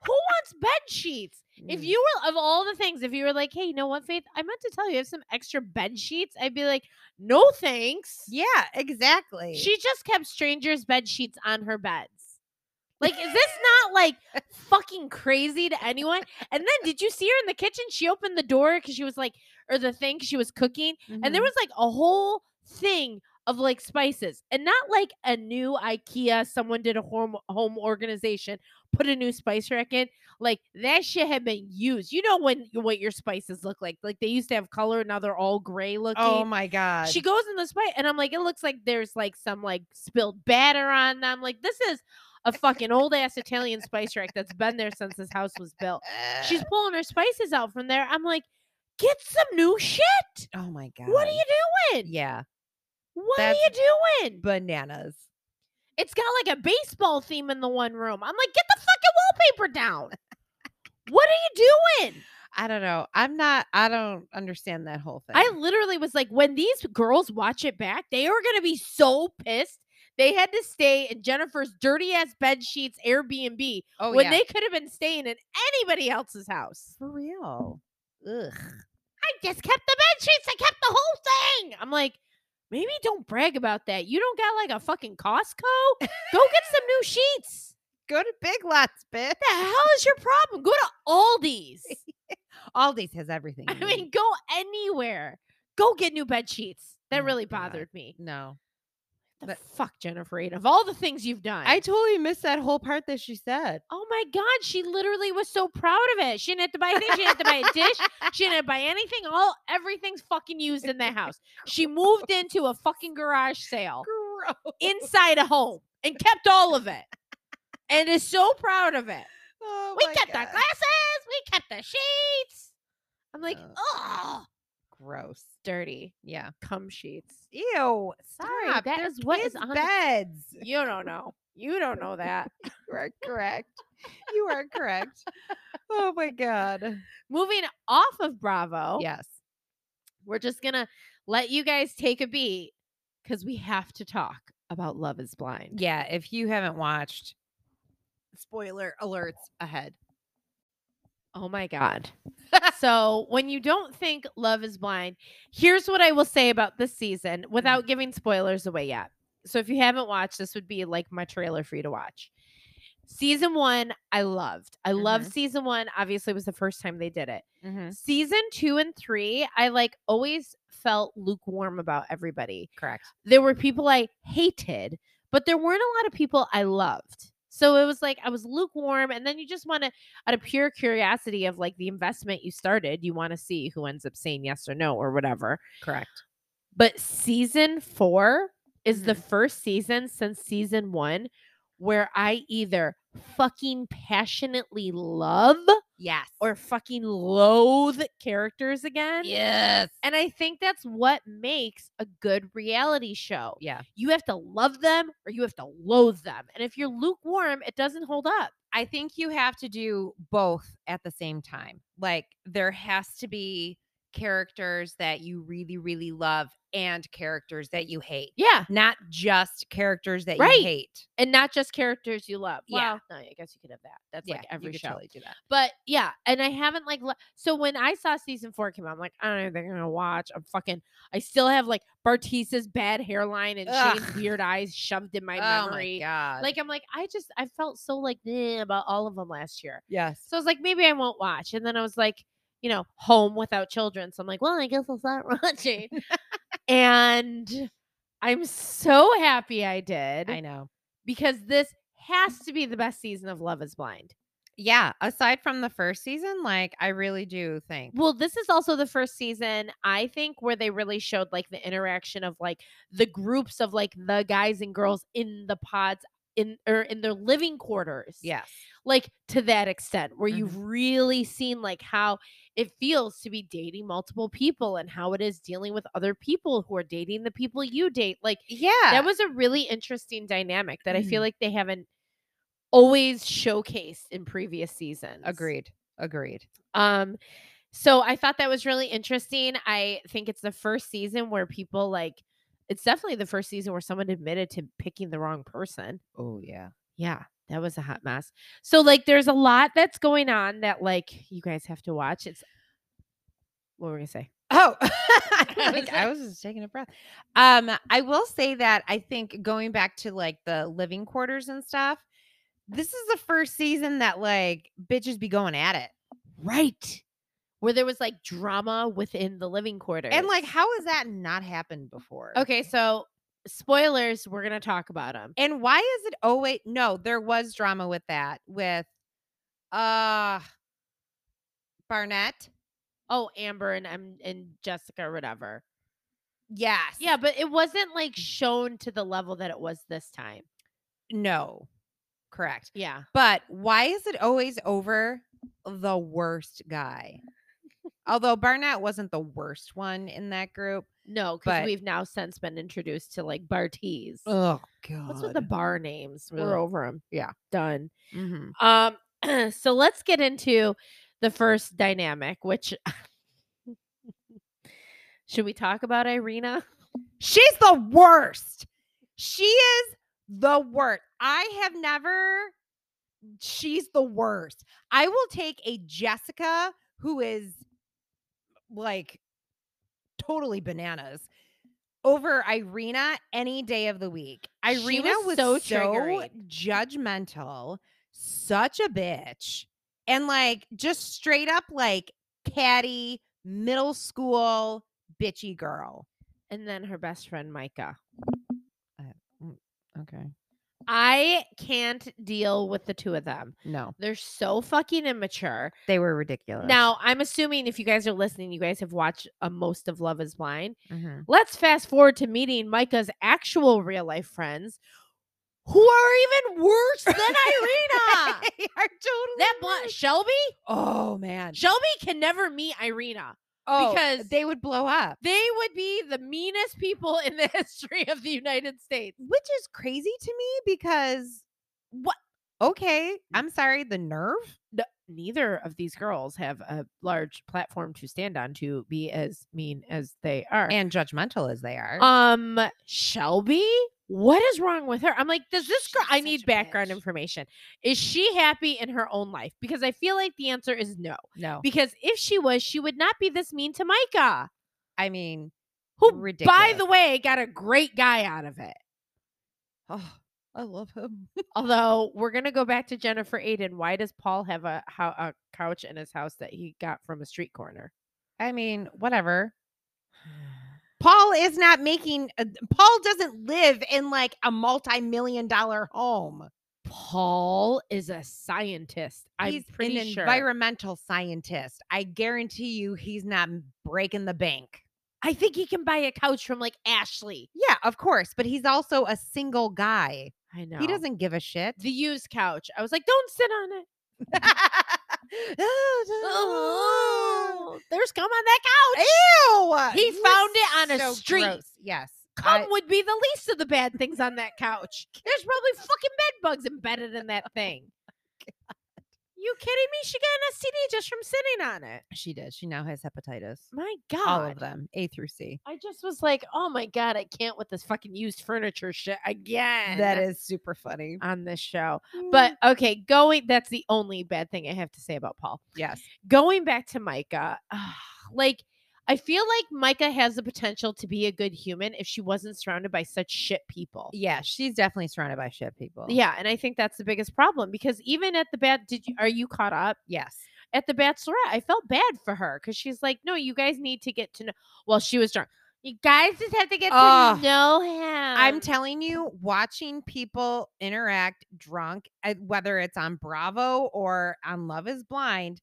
Speaker 1: Who wants bed sheets? If you were of all the things, if you were like, hey, you know what, Faith? I meant to tell you, I have some extra bed sheets. I'd be like, no thanks.
Speaker 4: Yeah, exactly.
Speaker 1: She just kept strangers' bed sheets on her beds. Like, is this not like fucking crazy to anyone? And then did you see her in the kitchen? She opened the door because she was like, or the thing 'cause she was cooking,
Speaker 4: Mm-hmm.
Speaker 1: and there was like a whole thing of like spices, and not like a new IKEA. Someone did a home home organization, put a new spice rack in. Like that shit had been used. You know when what your spices look like? Like they used to have color, now they're all gray looking.
Speaker 4: Oh my god.
Speaker 1: She goes in the spice, and I'm like, it looks like there's like some like spilled batter on them. Like this is a fucking old ass Italian spice rack that's been there since this house was built. She's pulling her spices out from there. I'm like, get some new shit.
Speaker 4: oh my god.
Speaker 1: What are you doing?
Speaker 4: Yeah,
Speaker 1: What are
Speaker 4: that's-
Speaker 1: you doing?
Speaker 4: bananas.
Speaker 1: It's got like a baseball theme in the one room. I'm like, get the fucking wallpaper down. what are you doing?
Speaker 4: I don't know. I'm not. I don't understand that whole thing.
Speaker 1: I literally was like, when these girls watch it back, they are gonna be so pissed. They had to stay in Jennifer's dirty ass bed sheets Airbnb
Speaker 4: oh
Speaker 1: when
Speaker 4: yeah,
Speaker 1: they could have been staying in anybody else's house.
Speaker 4: for real. Ugh.
Speaker 1: I just kept the bed sheets. I kept the whole thing. I'm like, maybe don't brag about that. You don't got like a fucking Costco. Go get some new sheets.
Speaker 4: Go to Big Lots, bitch.
Speaker 1: The hell is your problem? Go to Aldi's.
Speaker 4: Aldi's has everything.
Speaker 1: I
Speaker 4: you
Speaker 1: mean,
Speaker 4: need.
Speaker 1: go anywhere. Go get new bed sheets. That
Speaker 4: Oh,
Speaker 1: really
Speaker 4: God.
Speaker 1: bothered me.
Speaker 4: no.
Speaker 1: The
Speaker 4: But-
Speaker 1: fuck, Jennifer Aiden. Of all the things you've done,
Speaker 4: I totally missed that whole part that she said.
Speaker 1: oh my god, she literally was so proud of it. She didn't have to buy anything. She didn't have to buy a dish. She didn't have to buy anything. All everything's fucking used in that house. She moved into a fucking garage sale
Speaker 4: Gross.
Speaker 1: inside a home and kept all of it, and is so proud of it.
Speaker 4: Oh
Speaker 1: we
Speaker 4: my
Speaker 1: kept our
Speaker 4: God.
Speaker 1: glasses. We kept the sheets. I'm like,
Speaker 4: Ugh.
Speaker 1: oh,
Speaker 4: Gross.
Speaker 1: dirty
Speaker 4: Yeah.
Speaker 1: cum sheets.
Speaker 4: Ew.
Speaker 1: Sorry,
Speaker 4: Stop.
Speaker 1: that
Speaker 4: They're
Speaker 1: is what is
Speaker 4: kids'
Speaker 1: on the-
Speaker 4: beds.
Speaker 1: You don't know. You don't know that.
Speaker 4: You are correct. you are correct. Oh my god.
Speaker 1: Moving off of Bravo,
Speaker 4: Yes.
Speaker 1: we're just gonna let you guys take a beat because we have to talk about Love Is Blind.
Speaker 4: Yeah. If you haven't watched, spoiler alerts ahead.
Speaker 1: Oh my god. so when you don't think Love Is Blind, here's what I will say about this season without giving spoilers away yet. So if you haven't watched, this would be like my trailer for you to watch. Season one, I loved. I loved season one. Obviously, it was the first time they did it.
Speaker 4: Mm-hmm.
Speaker 1: season two and three, I like always felt lukewarm about everybody.
Speaker 4: Correct.
Speaker 1: There were people I hated, but there weren't a lot of people I loved. So it was like I was lukewarm. And then you just want to, out of pure curiosity of like the investment you started, you want to see who ends up saying yes or no or whatever.
Speaker 4: Correct.
Speaker 1: But season four is the first season since season one where I either fucking passionately love
Speaker 4: Yes.
Speaker 1: or fucking loathe characters again.
Speaker 4: yes.
Speaker 1: And I think that's what makes a good reality show.
Speaker 4: Yeah.
Speaker 1: You have to love them or you have to loathe them. And if you're lukewarm, it doesn't hold up.
Speaker 4: I think you have to do both at the same time. Like there has to be characters that you really, really love and characters that you hate.
Speaker 1: Yeah.
Speaker 4: Not just characters that
Speaker 1: Right.
Speaker 4: you hate.
Speaker 1: And not just characters you love.
Speaker 4: Yeah.
Speaker 1: Well, no, I guess you could have that. That's
Speaker 4: Yeah,
Speaker 1: like
Speaker 4: you
Speaker 1: every
Speaker 4: could
Speaker 1: show.
Speaker 4: totally do that.
Speaker 1: But yeah, and I haven't like lo- so when I saw season four come out, I'm like, I don't know if they're gonna watch. I'm fucking I still have like Bartista's bad hairline and Shane's
Speaker 4: Ugh.
Speaker 1: weird eyes shoved in my
Speaker 4: oh
Speaker 1: memory.
Speaker 4: my god.
Speaker 1: Like I'm like I just I felt so like meh about all of them last year.
Speaker 4: yes.
Speaker 1: So I was like maybe I won't watch. And then I was like, you know, home without children. So I'm like, well, I guess I'll start watching. and I'm so happy I did
Speaker 4: I know.
Speaker 1: because this has to be the best season of Love is Blind.
Speaker 4: Yeah. Aside from the first season, like I really do think.
Speaker 1: Well, this is also the first season I think where they really showed like the interaction of like the groups of like the guys and girls in the pods in or in their living quarters.
Speaker 4: Yes.
Speaker 1: like to that extent where you've really seen like how it feels to be dating multiple people and how it is dealing with other people who are dating the people you date like
Speaker 4: Yeah.
Speaker 1: that was a really interesting dynamic that i feel like they haven't always showcased in previous seasons
Speaker 4: Agreed. Agreed.
Speaker 1: um so i thought that was really interesting i think it's the first season where people like it's definitely the first season where someone admitted to picking the wrong person
Speaker 4: Oh yeah.
Speaker 1: yeah, that was a hot mess. So like there's a lot that's going on that like you guys have to watch. It's what were we gonna say?
Speaker 4: Oh,
Speaker 1: I
Speaker 4: I,
Speaker 1: was
Speaker 4: I
Speaker 1: like-
Speaker 4: was just taking a breath. Um, I will say that I think going back to like the living quarters and stuff, this is the first season that like bitches be going at it.
Speaker 1: Right. Where there was like drama within the living quarters.
Speaker 4: And like, how has that not happened before?
Speaker 1: okay, so spoilers, we're gonna talk about them.
Speaker 4: And why is it? Oh, wait. No, there was drama with that, with uh, Barnett.
Speaker 1: Oh, Amber and um, and Jessica or whatever.
Speaker 4: Yes.
Speaker 1: Yeah, but it wasn't like shown to the level that it was this time.
Speaker 4: No. Correct.
Speaker 1: Yeah.
Speaker 4: But why is it always over the worst guy? Although Barnett wasn't the worst one in that group.
Speaker 1: No,
Speaker 4: But-
Speaker 1: because we've now since been introduced to like Bartiz.
Speaker 4: Oh god.
Speaker 1: What's with the bar names? We're
Speaker 4: Ugh.
Speaker 1: over them.
Speaker 4: Yeah.
Speaker 1: Done.
Speaker 4: hmm
Speaker 1: Um, so let's get into the first dynamic, which should we talk about Irina?
Speaker 4: She's the worst. She is the worst. I have never. She's the worst. I will take a Jessica who is like totally bananas over Irina any day of the week.
Speaker 1: She was
Speaker 4: Irina was,
Speaker 1: so
Speaker 4: so,
Speaker 1: triggering.
Speaker 4: judgmental, such a bitch, and like just straight up like catty middle school bitchy girl.
Speaker 1: And then her best friend Micah.
Speaker 4: Okay.
Speaker 1: I can't deal with the two of them.
Speaker 4: No,
Speaker 1: They're so fucking immature.
Speaker 4: they were ridiculous.
Speaker 1: Now, I'm assuming if you guys are listening, you guys have watched uh, most of Love is Blind.
Speaker 4: Mhm.
Speaker 1: Let's fast forward to meeting Micah's actual real life friends who are even worse than Irina.
Speaker 4: they are totally
Speaker 1: that blunt
Speaker 4: worse.
Speaker 1: Shelby?
Speaker 4: Oh man,
Speaker 1: Shelby can never meet Irina.
Speaker 4: oh,
Speaker 1: because-
Speaker 4: they would blow up,
Speaker 1: They would be the meanest people in the history of the United States.
Speaker 4: which is crazy to me because what? Mm. Okay, I'm sorry. The nerve.
Speaker 1: No- neither of these girls have a large platform to stand on to be as mean as they are.
Speaker 4: And judgmental as they are.
Speaker 1: Um, Shelby, what is wrong with her? I'm like, does this girl?
Speaker 4: She's
Speaker 1: I
Speaker 4: such
Speaker 1: need
Speaker 4: a
Speaker 1: background
Speaker 4: bitch.
Speaker 1: information. Is she happy in her own life? Because I feel like the answer is no.
Speaker 4: no,
Speaker 1: Because if she was, she would not be this mean to Micah,
Speaker 4: I mean,
Speaker 1: who, by the
Speaker 4: Ridiculous.
Speaker 1: way, got a great guy out of it.
Speaker 4: oh, I love him.
Speaker 1: Although we're gonna go back to Jennifer Aiden. Why does Paul have a, ho- a couch in his house that he got from a street corner?
Speaker 4: I mean, whatever. Paul is not making. Uh, Paul doesn't live in like a multi-million dollar home.
Speaker 1: Paul is a scientist. I'm
Speaker 4: he's
Speaker 1: pretty
Speaker 4: an
Speaker 1: sure.
Speaker 4: environmental scientist. I guarantee you, he's not m- breaking the bank.
Speaker 1: I think he can buy a couch from like Ashley.
Speaker 4: Yeah, of course, but he's also a single guy.
Speaker 1: I know
Speaker 4: He doesn't give a shit.
Speaker 1: the used couch. I was like, don't sit on it. Oh, there's scum on that couch.
Speaker 4: Ew!
Speaker 1: He
Speaker 4: was
Speaker 1: found it on a street.
Speaker 4: Yes.
Speaker 1: Cum
Speaker 4: I-
Speaker 1: would be the least of the bad things on that couch. There's probably fucking bed bugs embedded in that thing. You kidding me? She got an STD just from sitting on it.
Speaker 4: she did. She now has hepatitis.
Speaker 1: My God.
Speaker 4: All of them, A through C.
Speaker 1: I just was like, oh my God, I can't with this fucking used furniture shit again.
Speaker 4: That is Mm. super funny.
Speaker 1: on this show. Uh, But okay, going, that's the only bad thing I have to say about Paul.
Speaker 4: yes,
Speaker 1: going back to Micah, ah, like I feel like Micah has the potential to be a good human if she wasn't surrounded by such shit people.
Speaker 4: yeah, she's definitely surrounded by shit people.
Speaker 1: Yeah, and I think that's the biggest problem because even at the bat, did you are you caught up
Speaker 4: Yes.
Speaker 1: at the bachelorette? I felt bad for her because she's like, no, you guys need to get to know. Well, she was drunk. You guys just have to get
Speaker 4: Oh,
Speaker 1: to know him.
Speaker 4: I'm telling you, watching people interact drunk, uh, whether it's on Bravo or on Love is Blind,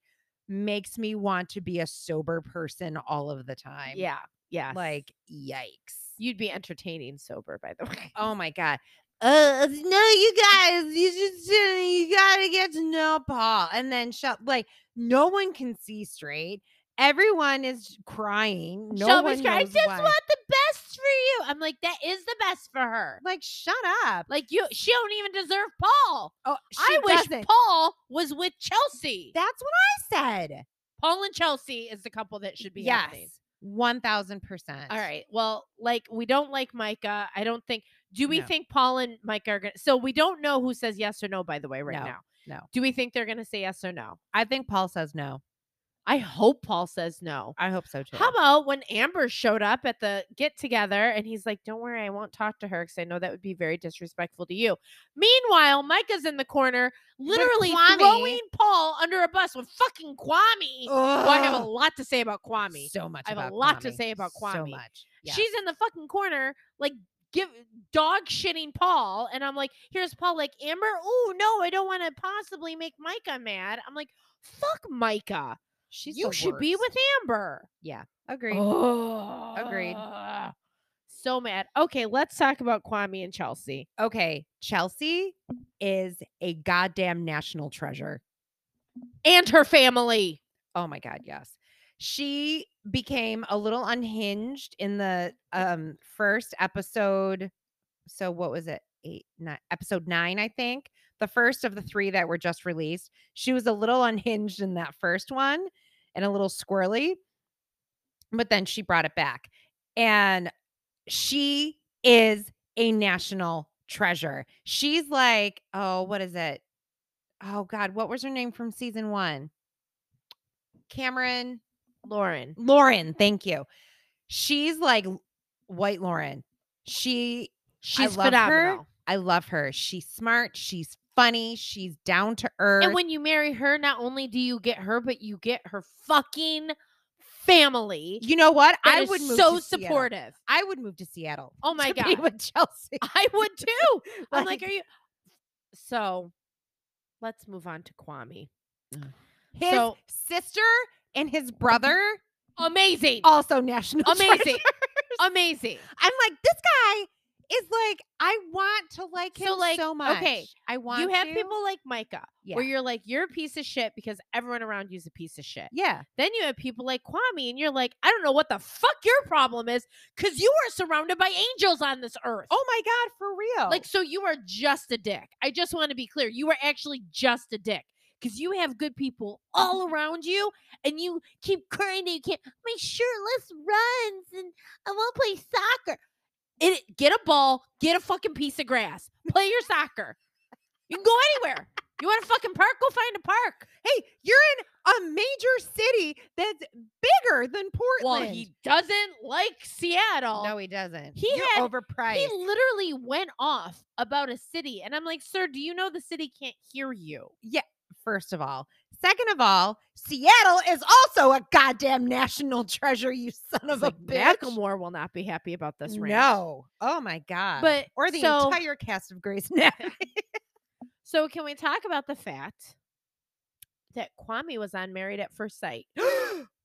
Speaker 4: makes me want to be a sober person all of the time.
Speaker 1: yeah, yeah.
Speaker 4: Like, yikes.
Speaker 1: you'd be entertaining sober, by the way.
Speaker 4: Oh my God. Uh, no, you guys, you just, you gotta get to know Paul. And then, shut like, no one can see straight. Everyone is crying. No
Speaker 1: Shelby's
Speaker 4: one
Speaker 1: crying, I
Speaker 4: knows
Speaker 1: just
Speaker 4: why."
Speaker 1: want the best for you. I'm like, that is the best for her.
Speaker 4: Like, shut up.
Speaker 1: Like you, she don't even deserve Paul.
Speaker 4: Oh,
Speaker 1: I
Speaker 4: she
Speaker 1: wish
Speaker 4: doesn't.
Speaker 1: Paul was with Chelsea.
Speaker 4: That's what I said.
Speaker 1: Paul and Chelsea is the couple that should be happening.
Speaker 4: One thousand percent.
Speaker 1: All right. Well, like we don't like Micah. I don't think. Do we
Speaker 4: No.
Speaker 1: think Paul and Micah are gonna? So we don't know who says yes or no. By the way, right
Speaker 4: No,
Speaker 1: now,
Speaker 4: no.
Speaker 1: Do we think they're gonna say yes or no?
Speaker 4: I think Paul says no.
Speaker 1: I hope Paul says no.
Speaker 4: I hope so too.
Speaker 1: How about when Amber showed up at the get together and he's like, Don't worry, I won't talk to her because I know that would be very disrespectful to you. Meanwhile, Micah's in the corner, literally
Speaker 4: Kwame-
Speaker 1: throwing Paul under a bus with fucking Kwame. Oh, I have a
Speaker 4: Ugh.
Speaker 1: lot to say about Kwame.
Speaker 4: So much.
Speaker 1: I have a
Speaker 4: about
Speaker 1: lot to
Speaker 4: Kwame.
Speaker 1: say about
Speaker 4: So
Speaker 1: Kwame.
Speaker 4: much. Yes.
Speaker 1: She's in the fucking corner, like give dog shitting Paul. And I'm like, here's Paul, like, Amber, oh no, I don't want to possibly make Micah mad. I'm like, fuck Micah.
Speaker 4: She's
Speaker 1: you
Speaker 4: the
Speaker 1: should be
Speaker 4: worst.
Speaker 1: with Amber.
Speaker 4: Agreed.
Speaker 1: Oh,
Speaker 4: Agreed.
Speaker 1: so mad. Okay, let's talk about Kwame and Chelsea.
Speaker 4: Okay, Chelsea is a goddamn national treasure.
Speaker 1: And her family.
Speaker 4: Oh my god, yes. She became a little unhinged in the um first episode. So what was it? Eight, nine, episode nine, I think. The first of the three that were just released. She was a little unhinged in that first one and a little squirrely, but then she brought it back. And she is a national treasure. She's like, oh, what is it? Oh God, what was her name from season one? Cameron
Speaker 1: Lauren.
Speaker 4: Lauren, thank you. She's like l- white Lauren. She
Speaker 1: She's
Speaker 4: love her.
Speaker 1: phenomenal.
Speaker 4: I love her. She's smart, she's funny, she's down to earth.
Speaker 1: And when you marry her, not only do you get her, but you get her fucking family.
Speaker 4: you know what?
Speaker 1: that
Speaker 4: I
Speaker 1: is
Speaker 4: would move
Speaker 1: so
Speaker 4: to Seattle.
Speaker 1: supportive.
Speaker 4: I would move to Seattle.
Speaker 1: Oh my
Speaker 4: to be
Speaker 1: God. Uh,
Speaker 4: with Chelsea.
Speaker 1: I would too. I'm like,
Speaker 4: Like-
Speaker 1: are you? So let's move on to Kwame.
Speaker 4: His
Speaker 1: so-
Speaker 4: sister and his brother
Speaker 1: Amazing.
Speaker 4: also national. treasure.
Speaker 1: amazing. Amazing.
Speaker 4: I'm like this guy is like I want to like him
Speaker 1: So,
Speaker 4: so,
Speaker 1: like,
Speaker 4: much.
Speaker 1: okay,
Speaker 4: I want
Speaker 1: You have
Speaker 4: to.
Speaker 1: people like Micah,
Speaker 4: yeah.
Speaker 1: where you're like, you're a piece of shit because everyone around you's a piece of shit.
Speaker 4: yeah.
Speaker 1: Then you have people like Kwame, and you're like, I don't know what the fuck your problem is because you are surrounded by angels on this earth.
Speaker 4: Oh my god, for real.
Speaker 1: Like, so you are just a dick. I just want to be clear. You are actually just a dick because you have good people all
Speaker 4: Mm-hmm.
Speaker 1: around you and you keep crying that you can't.
Speaker 5: My shirtless runs and I won't play soccer.
Speaker 1: It, get a ball, get a fucking piece of grass, play your soccer. You can go anywhere. You want a fucking park? Go find a park.
Speaker 4: Hey, you're in a major city that's bigger than Portland.
Speaker 1: Well, he doesn't like Seattle.
Speaker 4: no, he doesn't.
Speaker 1: He
Speaker 4: you're
Speaker 1: had-
Speaker 4: overpriced.
Speaker 1: he literally went off about a city. And I'm like, sir, do you know the city can't hear you?
Speaker 4: first of all, second of all, Seattle is also a goddamn national treasure. You son of
Speaker 1: It's like,
Speaker 4: a bitch.
Speaker 1: Macklemore will not be happy about this rant.
Speaker 4: no, oh my god.
Speaker 1: But
Speaker 4: or the
Speaker 1: so-
Speaker 4: entire cast of Grey's Anatomy.
Speaker 1: So can we talk about the fact that Kwame was on Married at First Sight?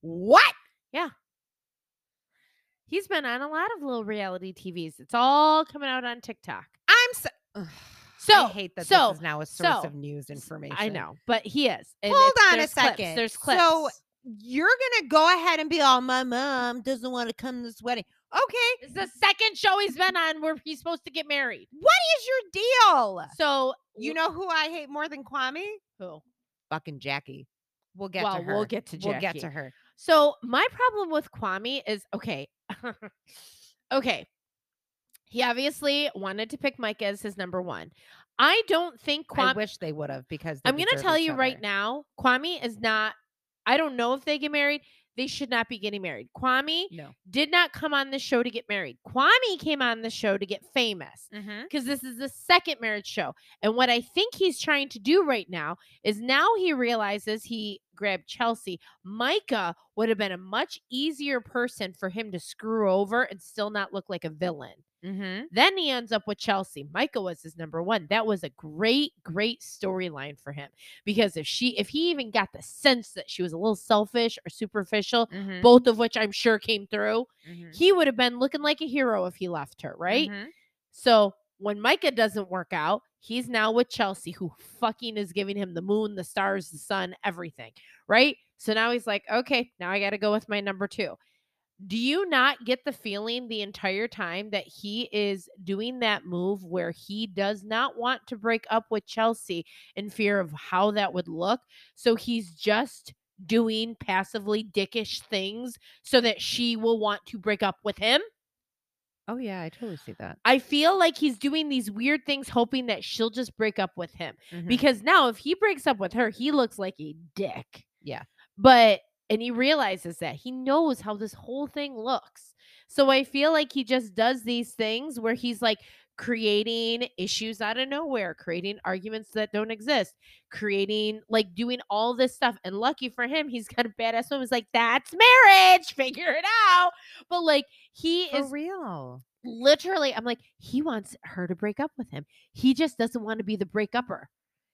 Speaker 4: what?
Speaker 1: He's been on a lot of little reality TVs. It's all coming out on TikTok.
Speaker 4: I'm so. Ugh, I
Speaker 1: So,
Speaker 4: hate that
Speaker 1: so,
Speaker 4: this is now a source
Speaker 1: so,
Speaker 4: of news information.
Speaker 1: I know, but he is. and
Speaker 4: Hold
Speaker 1: it's-
Speaker 4: on a
Speaker 1: there's clips,
Speaker 4: second.
Speaker 1: There's clips.
Speaker 4: So, You're gonna go ahead and be all my mom doesn't want to come to this wedding. Okay,
Speaker 1: it's the second show he's been on where he's supposed to get married.
Speaker 4: What is your deal?
Speaker 1: So
Speaker 4: Uh, You know who I hate more than Kwame?
Speaker 1: who?
Speaker 4: Fucking Jackie. We'll get
Speaker 1: well,
Speaker 4: to her.
Speaker 1: we'll get to Jackie.
Speaker 4: We'll get to her.
Speaker 1: So my problem with Kwame is okay. okay. He obviously wanted to pick Micah as his number one. I don't think
Speaker 4: I
Speaker 1: Kwame
Speaker 4: wish they would have because they
Speaker 1: I'm going to
Speaker 4: deserve
Speaker 1: tell
Speaker 4: each
Speaker 1: you right
Speaker 4: other.
Speaker 1: now, Kwame is not. I don't know if they get married. They should not be getting married. Kwame did not come on the show to get married. Kwame came on the show to get famous
Speaker 4: No. Mm-hmm.
Speaker 1: because this is the second marriage show. And what I think he's trying to do right now is now he realizes he grabbed Chelsea. Micah would have been a much easier person for him to screw over and still not look like a villain.
Speaker 4: Mm-hmm.
Speaker 1: Then he ends up with Chelsea. Micah was his number one. That was a great, great storyline for him because if she, if he even got the sense that she was a little selfish or superficial,
Speaker 4: Mm-hmm.
Speaker 1: both of which I'm sure came through, he would have been looking like a hero if he left her, right? So when Micah doesn't work out, he's now with Chelsea, who fucking is giving him the moon, the stars, the sun, everything, right? So now he's like, okay, now I got to go with my number two. Do you not get the feeling the entire time that he is doing that move where he does not want to break up with Chelsea in fear of how that would look? So he's just doing passively dickish things so that she will want to break up with him?
Speaker 4: Oh yeah, I totally see that.
Speaker 1: I feel like he's doing these weird things hoping that she'll just break up with him.
Speaker 4: Mhm.
Speaker 1: Because now if he breaks up with her, he looks like a dick.
Speaker 4: Yeah.
Speaker 1: But and he realizes that he knows how this whole thing looks. So I feel like he just does these things where he's like creating issues out of nowhere, creating arguments that don't exist, creating like doing all this stuff. And lucky for him, he's got a badass woman who's like, that's marriage, figure it out. But like he
Speaker 4: For
Speaker 1: is
Speaker 4: real.
Speaker 1: literally i'm like he wants her to break up with him he just doesn't want to be the break upper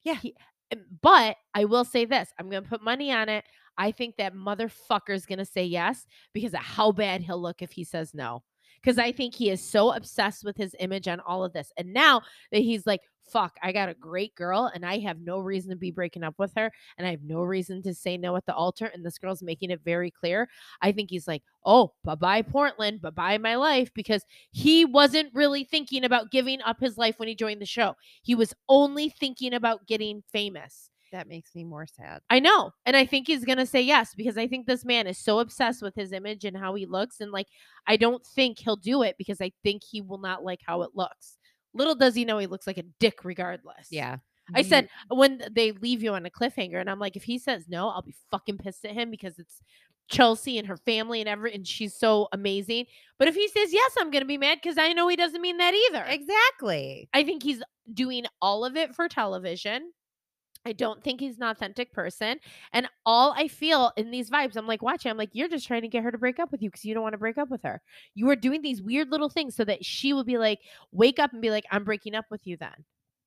Speaker 4: Yeah.
Speaker 1: He- and- but i will say this i'm gonna put money on it i think that motherfucker's gonna say yes because of how bad he'll look if he says no because I think he is so obsessed with his image on all of this. And now that he's like, fuck, I got a great girl and I have no reason to be breaking up with her and I have no reason to say no at the altar. And this girl's making it very clear. I think he's like, oh, bye bye, Portland, bye bye, my life, because he wasn't really thinking about giving up his life when he joined the show. He was only thinking about getting famous.
Speaker 4: That makes me more sad.
Speaker 1: I know. And I think he's going to say yes because I think this man is so obsessed with his image and how he looks. And like, I don't think he'll do it because I think he will not like how it looks. Little does he know he looks like a dick regardless.
Speaker 4: Yeah.
Speaker 1: I said when th- they leave you on a cliffhanger, and I'm like, if he says no, I'll be fucking pissed at him because it's Chelsea and her family and every and she's so amazing. But if he says yes, I'm gonna be mad because I know he doesn't mean that either.
Speaker 4: exactly.
Speaker 1: I think he's doing all of it for television. I don't think he's an authentic person. And all I feel in these vibes, I'm like, watching, I'm like, you're just trying to get her to break up with you because you don't want to break up with her. You are doing these weird little things so that she will be like, wake up and be like, I'm breaking up with you then.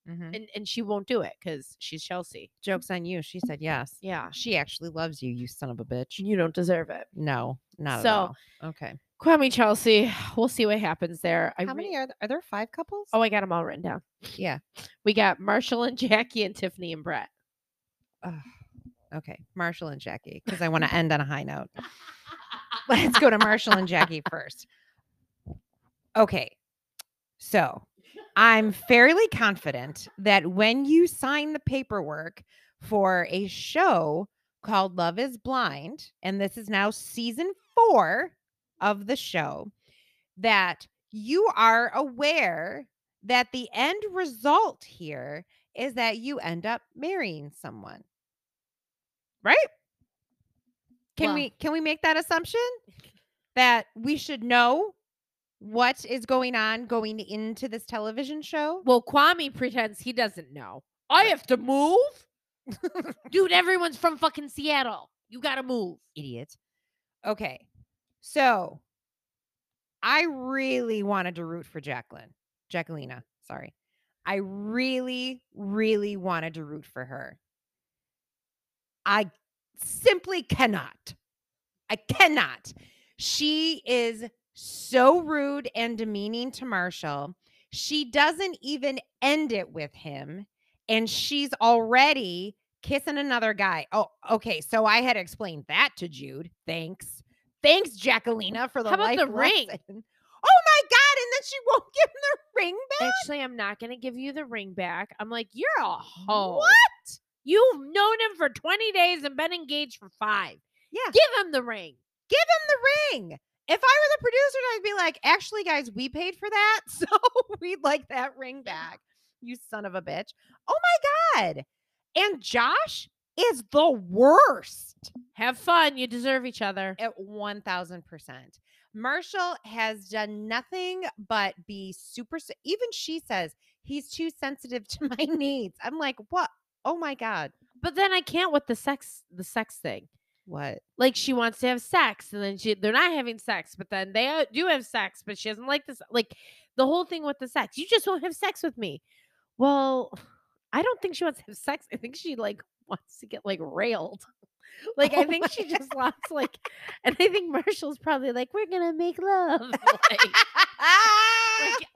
Speaker 4: Mhm.
Speaker 1: And and she won't do it because she's Chelsea.
Speaker 4: Jokes on you. She said yes.
Speaker 1: Yeah.
Speaker 4: She actually loves you, you son of a bitch.
Speaker 1: You don't deserve it.
Speaker 4: No, not
Speaker 1: So,
Speaker 4: at all. Okay.
Speaker 1: Kwame Chelsea. We'll see what happens there. I
Speaker 4: How
Speaker 1: re-
Speaker 4: many are there? Are there five couples?
Speaker 1: Oh, I got them all written down.
Speaker 4: yeah.
Speaker 1: We got Marshall and Jackie and Tiffany and Brett.
Speaker 4: Ugh. okay. Marshall and Jackie, because I want to end on a high note. Let's go to Marshall and Jackie first. Okay. So I'm fairly confident that when you sign the paperwork for a show called Love is Blind, and this is now season four of the show, that you are aware that the end result here is that you end up marrying someone. Right? Can
Speaker 1: Well-
Speaker 4: we can we make that assumption that we should know what is going on going into this television show?
Speaker 1: Well, Kwame pretends he doesn't know. I have to move? Dude, everyone's from fucking Seattle. You gotta move.
Speaker 4: Idiot. Okay. So I really wanted to root for Jacqueline. Jacquelina, sorry. I really, really wanted to root for her. I simply cannot. I cannot. She is so rude and demeaning to Marshall. She doesn't even end it with him. And she's already kissing another guy. Oh, okay. So I had explained that to Jude. Thanks. Thanks, Jacquelina, for the
Speaker 1: How about the
Speaker 4: life
Speaker 1: ring?
Speaker 4: lesson. Oh my God. And then she won't give him the ring back.
Speaker 1: Actually, I'm not gonna give you the ring back. I'm like, you're a hoe.
Speaker 4: What?
Speaker 1: You've known him for 20 days and been engaged for five.
Speaker 4: Yeah.
Speaker 1: Give him the ring.
Speaker 4: give him the ring. If I were the producer, I'd be like, actually, guys, we paid for that. So we'd like that ring back. You son of a bitch. Oh my God. And Josh is the worst
Speaker 1: Have fun. You deserve each other.
Speaker 4: at 1000%. Marshall has done nothing but be super. s- Even she says he's too sensitive to my needs. I'm like, what? Oh my God.
Speaker 1: But then I can't with the sex the sex thing.
Speaker 4: What?
Speaker 1: Like she wants to have sex and then she they're not having sex, but then they uh, do have sex, but she doesn't like this like the whole thing with the sex. You just won't have sex with me. Well, I don't think she wants to have sex. I think she like wants to get like railed. Like I
Speaker 4: Oh
Speaker 1: think
Speaker 4: my
Speaker 1: she just wants like and I think Marshall's probably like, We're gonna make love. Like, like,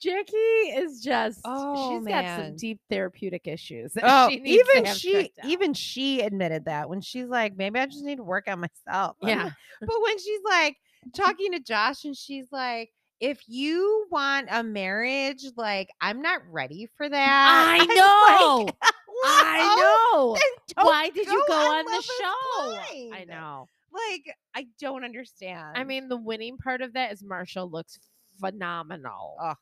Speaker 1: Jackie is just
Speaker 4: Oh,
Speaker 1: she's got some
Speaker 4: man.
Speaker 1: deep therapeutic issues. that
Speaker 4: Oh,
Speaker 1: she needs to
Speaker 4: even
Speaker 1: have
Speaker 4: she,
Speaker 1: checked out.
Speaker 4: even she admitted that when she's like, maybe I just need to work on myself. I'm
Speaker 1: yeah.
Speaker 4: like- but when she's like talking to Josh and she's like, if you want a marriage, like I'm not ready for that.
Speaker 1: I
Speaker 4: I'm like, Oh
Speaker 1: know.
Speaker 4: "Well,
Speaker 1: I know.
Speaker 4: then don't
Speaker 1: Why did you
Speaker 4: go
Speaker 1: go
Speaker 4: on
Speaker 1: on the
Speaker 4: Love is
Speaker 1: show? I
Speaker 4: Blind.
Speaker 1: know.
Speaker 4: Like I don't understand.
Speaker 1: I mean, the winning part of that is Marshall looks phenomenal.
Speaker 4: Ugh.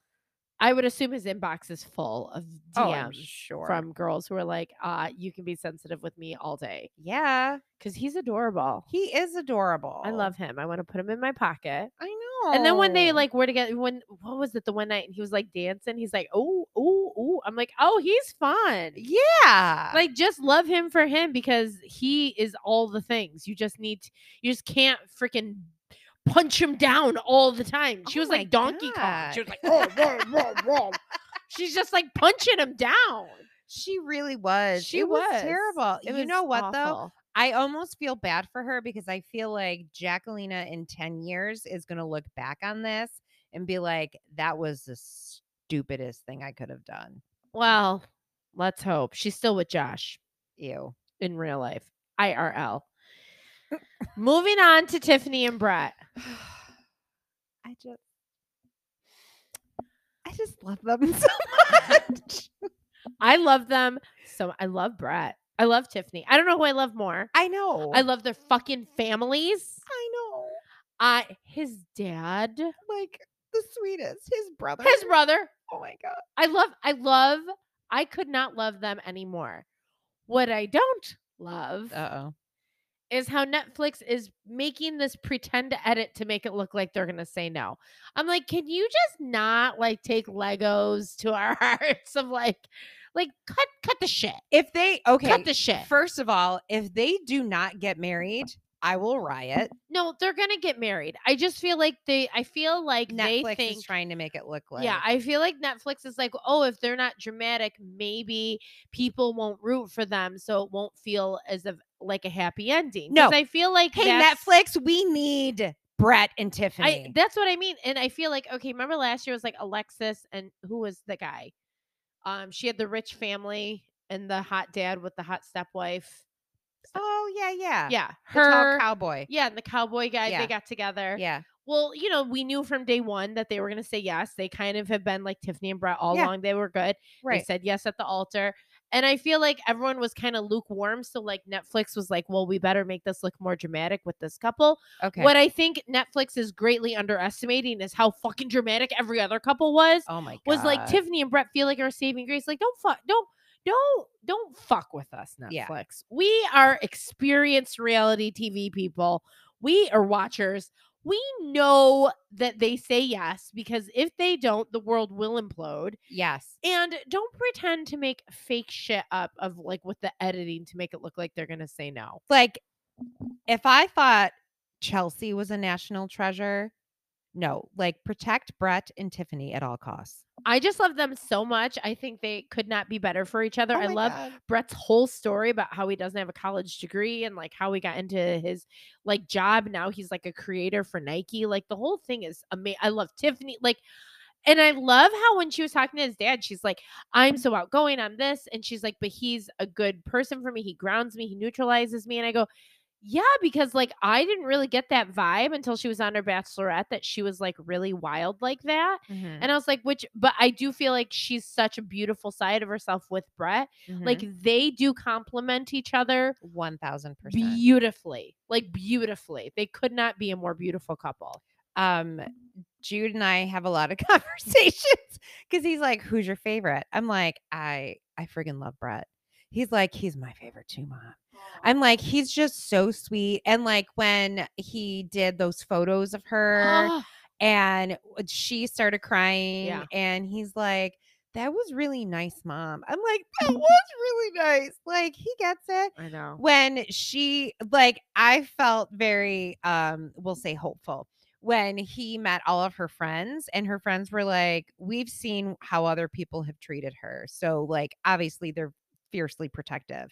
Speaker 1: I would assume his inbox is full of
Speaker 4: oh, I'm
Speaker 1: DMs
Speaker 4: sure.
Speaker 1: from girls who are like, uh, you can be sensitive with me all day.
Speaker 4: yeah,
Speaker 1: Because he's adorable.
Speaker 4: he is adorable.
Speaker 1: I love him. I want to put him in my pocket.
Speaker 4: I know.
Speaker 1: And then when they
Speaker 4: Oh.
Speaker 1: like were together, when what was it? The one night and he was like dancing. He's like, oh, oh, oh. I'm like, oh, he's fun.
Speaker 4: yeah,
Speaker 1: like just love him for him because he is all the things you just need t- you just can't freaking punch him down all the time she
Speaker 4: Oh
Speaker 1: was
Speaker 4: my
Speaker 1: like donkey kong she was
Speaker 4: God.
Speaker 1: like "Whoa, whoa, whoa, whoa." she's just like punching him down
Speaker 4: she really was.
Speaker 1: she
Speaker 4: It
Speaker 1: was,
Speaker 4: terrible.
Speaker 1: It
Speaker 4: you know what though?
Speaker 1: awful.
Speaker 4: I almost feel bad for her because I feel like Jacquelina in 10 years is going to look back on this and be like, that was the stupidest thing I could have done.
Speaker 1: Well, let's hope she's still with Josh
Speaker 4: Ew.
Speaker 1: in real life, IRL. Moving on to Tiffany and Brett.
Speaker 4: I just, I just love them so much.
Speaker 1: I love them. So I love Brett. I love Tiffany. I don't know who I love more.
Speaker 4: I know.
Speaker 1: I love their fucking families.
Speaker 4: I know.
Speaker 1: I his dad,
Speaker 4: Like the sweetest. His brother.
Speaker 1: his brother.
Speaker 4: Oh my God.
Speaker 1: I love I love I could not love them anymore. What I don't love
Speaker 4: Uh oh.
Speaker 1: is how Netflix is making this pretend edit to make it look like they're going to say no. I'm like, can you just not like take Legos to our hearts of like like cut cut the shit.
Speaker 4: If they, okay.
Speaker 1: Cut the shit.
Speaker 4: First of all, if they do not get married, I will riot.
Speaker 1: No, they're gonna get married. I just feel like they. I feel like they
Speaker 4: Netflix
Speaker 1: think.
Speaker 4: is trying to make it look like
Speaker 1: yeah, I feel like Netflix is like, oh, if they're not dramatic, maybe people won't root for them, so it won't feel as of like a happy ending. 'Cause
Speaker 4: No.
Speaker 1: I feel like
Speaker 4: hey
Speaker 1: that's-
Speaker 4: Netflix, we need Brett and Tiffany.
Speaker 1: I that's what I mean, and I feel like okay. Remember last year was like Alexis and who was the guy? Um, she had the rich family and the hot dad with the hot stepwife.
Speaker 4: oh yeah, yeah,
Speaker 1: Yeah,
Speaker 4: The tall
Speaker 1: her.
Speaker 4: cowboy.
Speaker 1: yeah, and the cowboy guy.
Speaker 4: Yeah.
Speaker 1: They got together.
Speaker 4: Yeah,
Speaker 1: Well, you know, we knew from day one that they were going to say yes. They kind of have been like Tiffany and Brett all
Speaker 4: Yeah.
Speaker 1: along. They were good. They
Speaker 4: right.
Speaker 1: said yes at the altar. And I feel like everyone was kind of lukewarm. So, like, Netflix was like, well, we better make this look more dramatic with this couple.
Speaker 4: Okay.
Speaker 1: What I think Netflix is greatly underestimating is how fucking dramatic every other couple was.
Speaker 4: oh my god.
Speaker 1: Was like Tiffany and Brett feel like our saving grace. Like, don't fuck, don't, don't, don't fuck with us, Netflix.
Speaker 4: Yeah.
Speaker 1: We are experienced reality TV people. We are watchers. We know that they say yes because if they don't, the world will implode.
Speaker 4: Yes.
Speaker 1: And don't pretend to make fake shit up of like with the editing to make it look like they're gonna say no.
Speaker 4: Like if I thought Chelsea was a national treasure, no, like protect Brett and Tiffany at all costs.
Speaker 1: I just love them so much. I think they could not be better for each other.
Speaker 4: Oh
Speaker 1: I
Speaker 4: my
Speaker 1: love
Speaker 4: God.
Speaker 1: Brett's whole story about how he doesn't have a college degree and like how he got into his like job. Now he's like a creator for Nike. Like the whole thing is amazing. I love Tiffany. Like, and I love how when she was talking to his dad, she's like, I'm so outgoing. I'm this. And she's like, but he's a good person for me. He grounds me. He neutralizes me. And I go, yeah, because like I didn't really get that vibe until she was on her bachelorette that she was like really wild like that.
Speaker 4: Mm-hmm,
Speaker 1: And I was like, which, but I do feel like she's such a beautiful side of herself with Brett.
Speaker 4: Like
Speaker 1: Like they do complement each other
Speaker 4: mm-hmm. one thousand percent.
Speaker 1: beautifully, like beautifully. They could not be a more beautiful couple.
Speaker 4: um Jude and I have a lot of conversations because he's like, "Who's your favorite?" I'm like, "I I friggin' love Brett." He's like, "He's my favorite too, mom." I'm like, "He's just so sweet." And like when he did those photos of her,
Speaker 1: Ah,
Speaker 4: and w- she started crying, and he's like. That was really nice, mom. I'm like, that was really nice. Like, he gets it
Speaker 1: I know.
Speaker 4: when she like i felt very um we'll say hopeful when he met all of her friends and her friends were like we've seen how other people have treated her so like obviously they're fiercely protective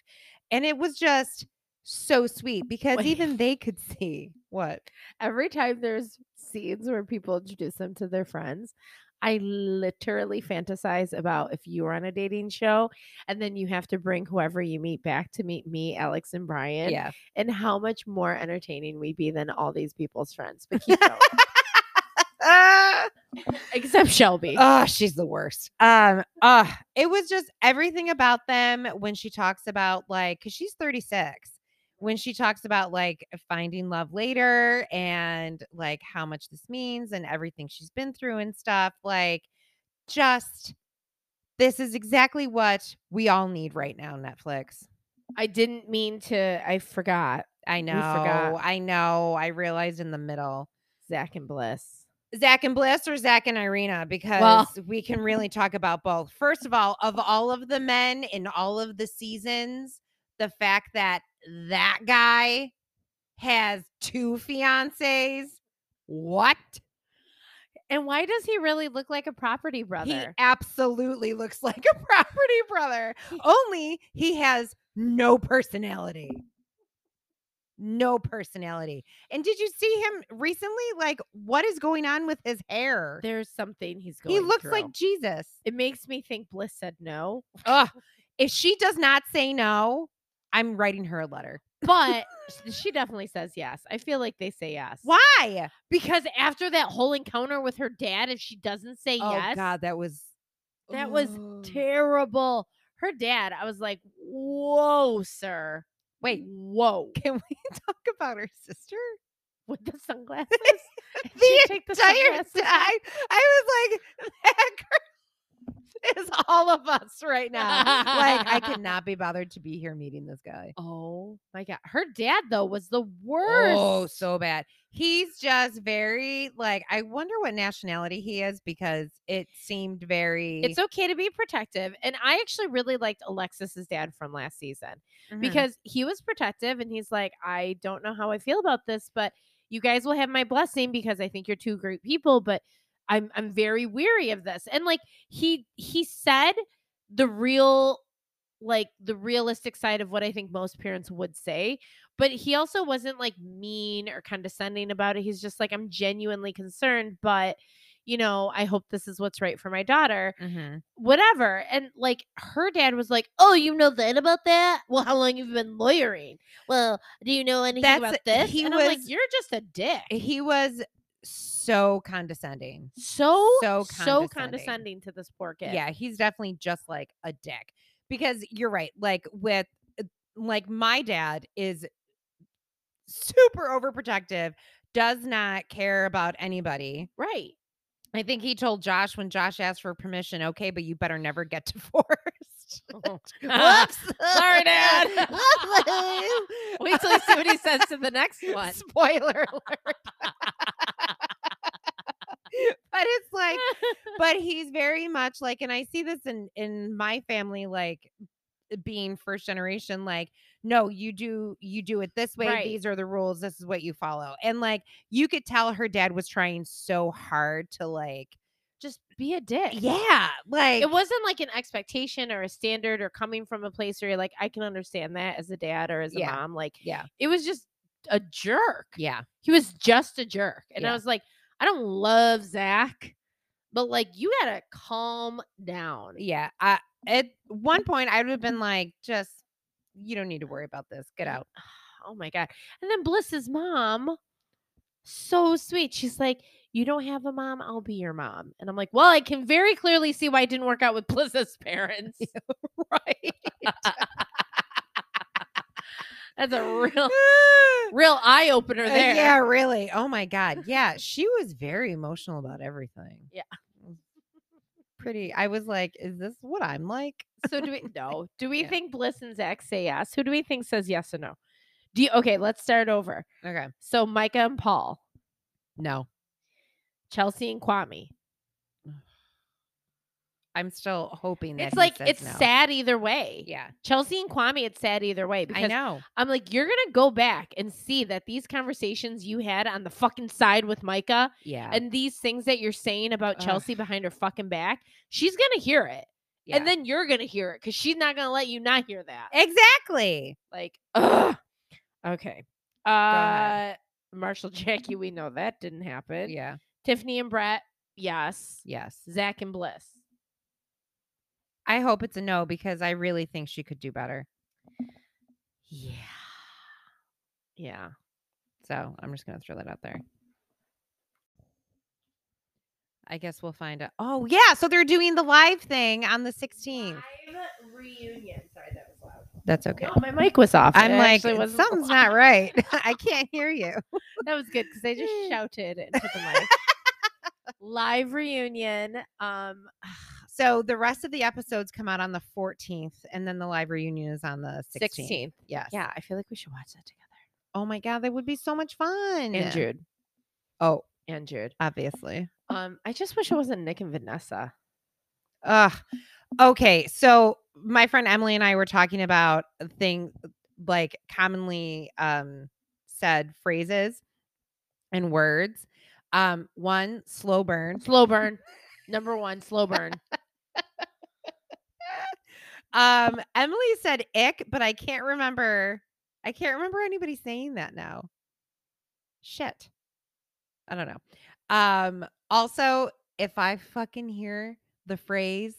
Speaker 4: and it was just so sweet because
Speaker 1: Wait.
Speaker 4: even they could see what
Speaker 1: Every time there's scenes where people introduce them to their friends, I literally fantasize about if you were on a dating show and then you have to bring whoever you meet back to meet me, Alex, and Brian,
Speaker 4: yeah
Speaker 1: and how much more entertaining we'd be than all these people's friends. But keep going.
Speaker 4: Ah!
Speaker 1: except Shelby.
Speaker 4: Oh, she's the worst. Um, uh, it was just everything about them when she talks about like cause she's 36. When she talks about like finding love later and like how much this means and everything she's been through and stuff, like just this is exactly what we all need right now, Netflix.
Speaker 1: I didn't mean to. I forgot
Speaker 4: I know.
Speaker 1: forgot.
Speaker 4: I know. I realized in the middle.
Speaker 1: Zach and Bliss.
Speaker 4: Zach and Bliss or Zach and Irina because
Speaker 1: Well-
Speaker 4: we can really talk about both. First of all, of all of the men in all of the seasons, the fact that that guy has two fiancés, what?
Speaker 1: And why does he really look like a property brother?
Speaker 4: He absolutely looks like a property brother. Only he has no personality. no personality. And did you see him recently? Like, what is going on with his hair?
Speaker 1: There's something he's going.
Speaker 4: He looks like
Speaker 1: through.
Speaker 4: Jesus.
Speaker 1: It makes me think Bliss said no,
Speaker 4: Ugh. If she does not say no, I'm writing her a letter.
Speaker 1: but sh- she definitely says yes. I feel like they say yes.
Speaker 4: Why?
Speaker 1: Because after that whole encounter with her dad, if she doesn't say yes,
Speaker 4: Oh God, that was oh,
Speaker 1: that was
Speaker 4: Ooh.
Speaker 1: terrible. Her dad, I was like, whoa, sir.
Speaker 4: Wait,
Speaker 1: whoa.
Speaker 4: can we talk about her sister?
Speaker 1: With the sunglasses? Did
Speaker 4: The
Speaker 1: she take the
Speaker 4: Entire
Speaker 1: sunglasses off?
Speaker 4: time, I was like, that girl is all of us right now. like, I cannot be bothered to be here meeting this guy.
Speaker 1: Oh my god. Her dad though was the worst.
Speaker 4: Oh, so bad. He's just very like I wonder what nationality he is because it seemed very
Speaker 1: it's okay to be protective. And I actually really liked Alexis's dad from last season
Speaker 4: Mm-hmm.
Speaker 1: because he was protective and he's like, I don't know how I feel about this, but you guys will have my blessing because I think you're two great people, but I'm I'm very weary of this. And like he he said the real like the realistic side of what I think most parents would say, but he also wasn't like mean or condescending about it. He's just like I'm genuinely concerned, but you know, I hope this is what's right for my daughter
Speaker 4: Mhm.
Speaker 1: whatever. And like her dad was like, "Oh, you know that about that? Well, how long you have been lawyering? Well, do you know anything
Speaker 4: That's-
Speaker 1: about this?"
Speaker 4: he
Speaker 1: and I'm like,
Speaker 4: was-
Speaker 1: "You're just a dick."
Speaker 4: he was so condescending.
Speaker 1: So
Speaker 4: so
Speaker 1: so condescending.
Speaker 4: condescending
Speaker 1: to this poor kid.
Speaker 4: Yeah, he's definitely just like a dick because you're right. Like with uh, like my dad is super overprotective, does not care about anybody.
Speaker 1: right.
Speaker 4: I think he told Josh when Josh asked for permission, okay, but you better never get divorced. Whoops.
Speaker 1: Sorry, Dad. Wait till you see what he says to the next one.
Speaker 4: Spoiler alert. but it's like, but he's very much like, and I see this in in my family, like eh, being first generation, like, no, you do you do it this way.
Speaker 1: Right.
Speaker 4: These are the rules. This is what you follow. And like, you could tell her dad was trying so hard to like,
Speaker 1: Just be a dick.
Speaker 4: yeah, like
Speaker 1: Eh, It wasn't like an expectation or a standard or coming from a place where you're like, I can understand that as a dad or as a
Speaker 4: Yeah.
Speaker 1: mom. Like,
Speaker 4: yeah,
Speaker 1: it was just a jerk.
Speaker 4: yeah,
Speaker 1: He was just a jerk. And I
Speaker 4: Yeah.
Speaker 1: was like, I don't love Zach, but like you gotta calm down.
Speaker 4: yeah. I at one point I would have been like, just you don't need to worry about this. Get out.
Speaker 1: Oh my god. And then Bliss's mom, so sweet. She's like, You don't have a mom, I'll be your mom. And I'm like, Well, I can very clearly see why it didn't work out with Bliss's parents.
Speaker 4: right?
Speaker 1: That's a real real eye opener
Speaker 4: Uh,
Speaker 1: there.
Speaker 4: Yeah, really. Oh my God. Yeah, she was very emotional about everything.
Speaker 1: Yeah.
Speaker 4: Mm. Pretty. I was like, is this what I'm like?
Speaker 1: So do we no. Do we
Speaker 4: Yeah.
Speaker 1: think Bliss and Zach say yes? Who do we think says yes or no? Do you okay, let's start over.
Speaker 4: Okay.
Speaker 1: So Micah and Paul,
Speaker 4: No,
Speaker 1: Chelsea and Kwame.
Speaker 4: I'm still hoping that
Speaker 1: It's
Speaker 4: he
Speaker 1: like
Speaker 4: says
Speaker 1: it's
Speaker 4: no.
Speaker 1: sad either way.
Speaker 4: Yeah,
Speaker 1: Chelsea and Kwame, it's sad either way
Speaker 4: I
Speaker 1: because
Speaker 4: know.
Speaker 1: I'm like, you're gonna go back and see that these conversations you had on the fucking side with Micah
Speaker 4: Yeah.
Speaker 1: and these things that you're saying about
Speaker 4: Ugh.
Speaker 1: Chelsea behind her fucking back, she's gonna hear it,
Speaker 4: yeah.
Speaker 1: and then you're gonna hear it because she's not gonna let you not hear that.
Speaker 4: exactly.
Speaker 1: Like, ugh. okay, uh,
Speaker 4: ahead.
Speaker 1: Marshall Jackie, we know that didn't happen.
Speaker 4: Yeah.
Speaker 1: Tiffany and Brett, yes.
Speaker 4: Yes.
Speaker 1: Zach and Bliss.
Speaker 4: I hope it's a no because I really think she could do better.
Speaker 1: Yeah. Yeah.
Speaker 4: So I'm just gonna throw that out there. I guess we'll find out. Oh yeah, so they're doing the live thing on the 16th.
Speaker 1: reunion. Sorry, that was loud.
Speaker 4: That's okay.
Speaker 1: Oh, my mic was off.
Speaker 4: I'm
Speaker 1: It
Speaker 4: like
Speaker 1: actually wasn't
Speaker 4: something's
Speaker 1: loud.
Speaker 4: not right. I can't hear you.
Speaker 1: That was good because I just
Speaker 4: Yeah.
Speaker 1: shouted into the mic. Live reunion. Um,
Speaker 4: So the rest of the episodes come out on the 14th, and then the live reunion is on the 16th.
Speaker 1: 16th.
Speaker 4: Yes.
Speaker 1: Yeah, I feel like we should watch that together.
Speaker 4: Oh my god, that would be so much fun.
Speaker 1: And Jude.
Speaker 4: Oh,
Speaker 1: And Jude.
Speaker 4: obviously.
Speaker 1: Um, I just wish it wasn't Nick and Vanessa.
Speaker 4: Ugh. Okay. So my friend Emily and I were talking about things like commonly um said phrases and words. Um, one slow burn.
Speaker 1: Slow burn. Number one, slow burn.
Speaker 4: Um, Emily said ick, but I can't remember I can't remember anybody saying that now. Shit. I don't know. Um, also, if I fucking hear the phrase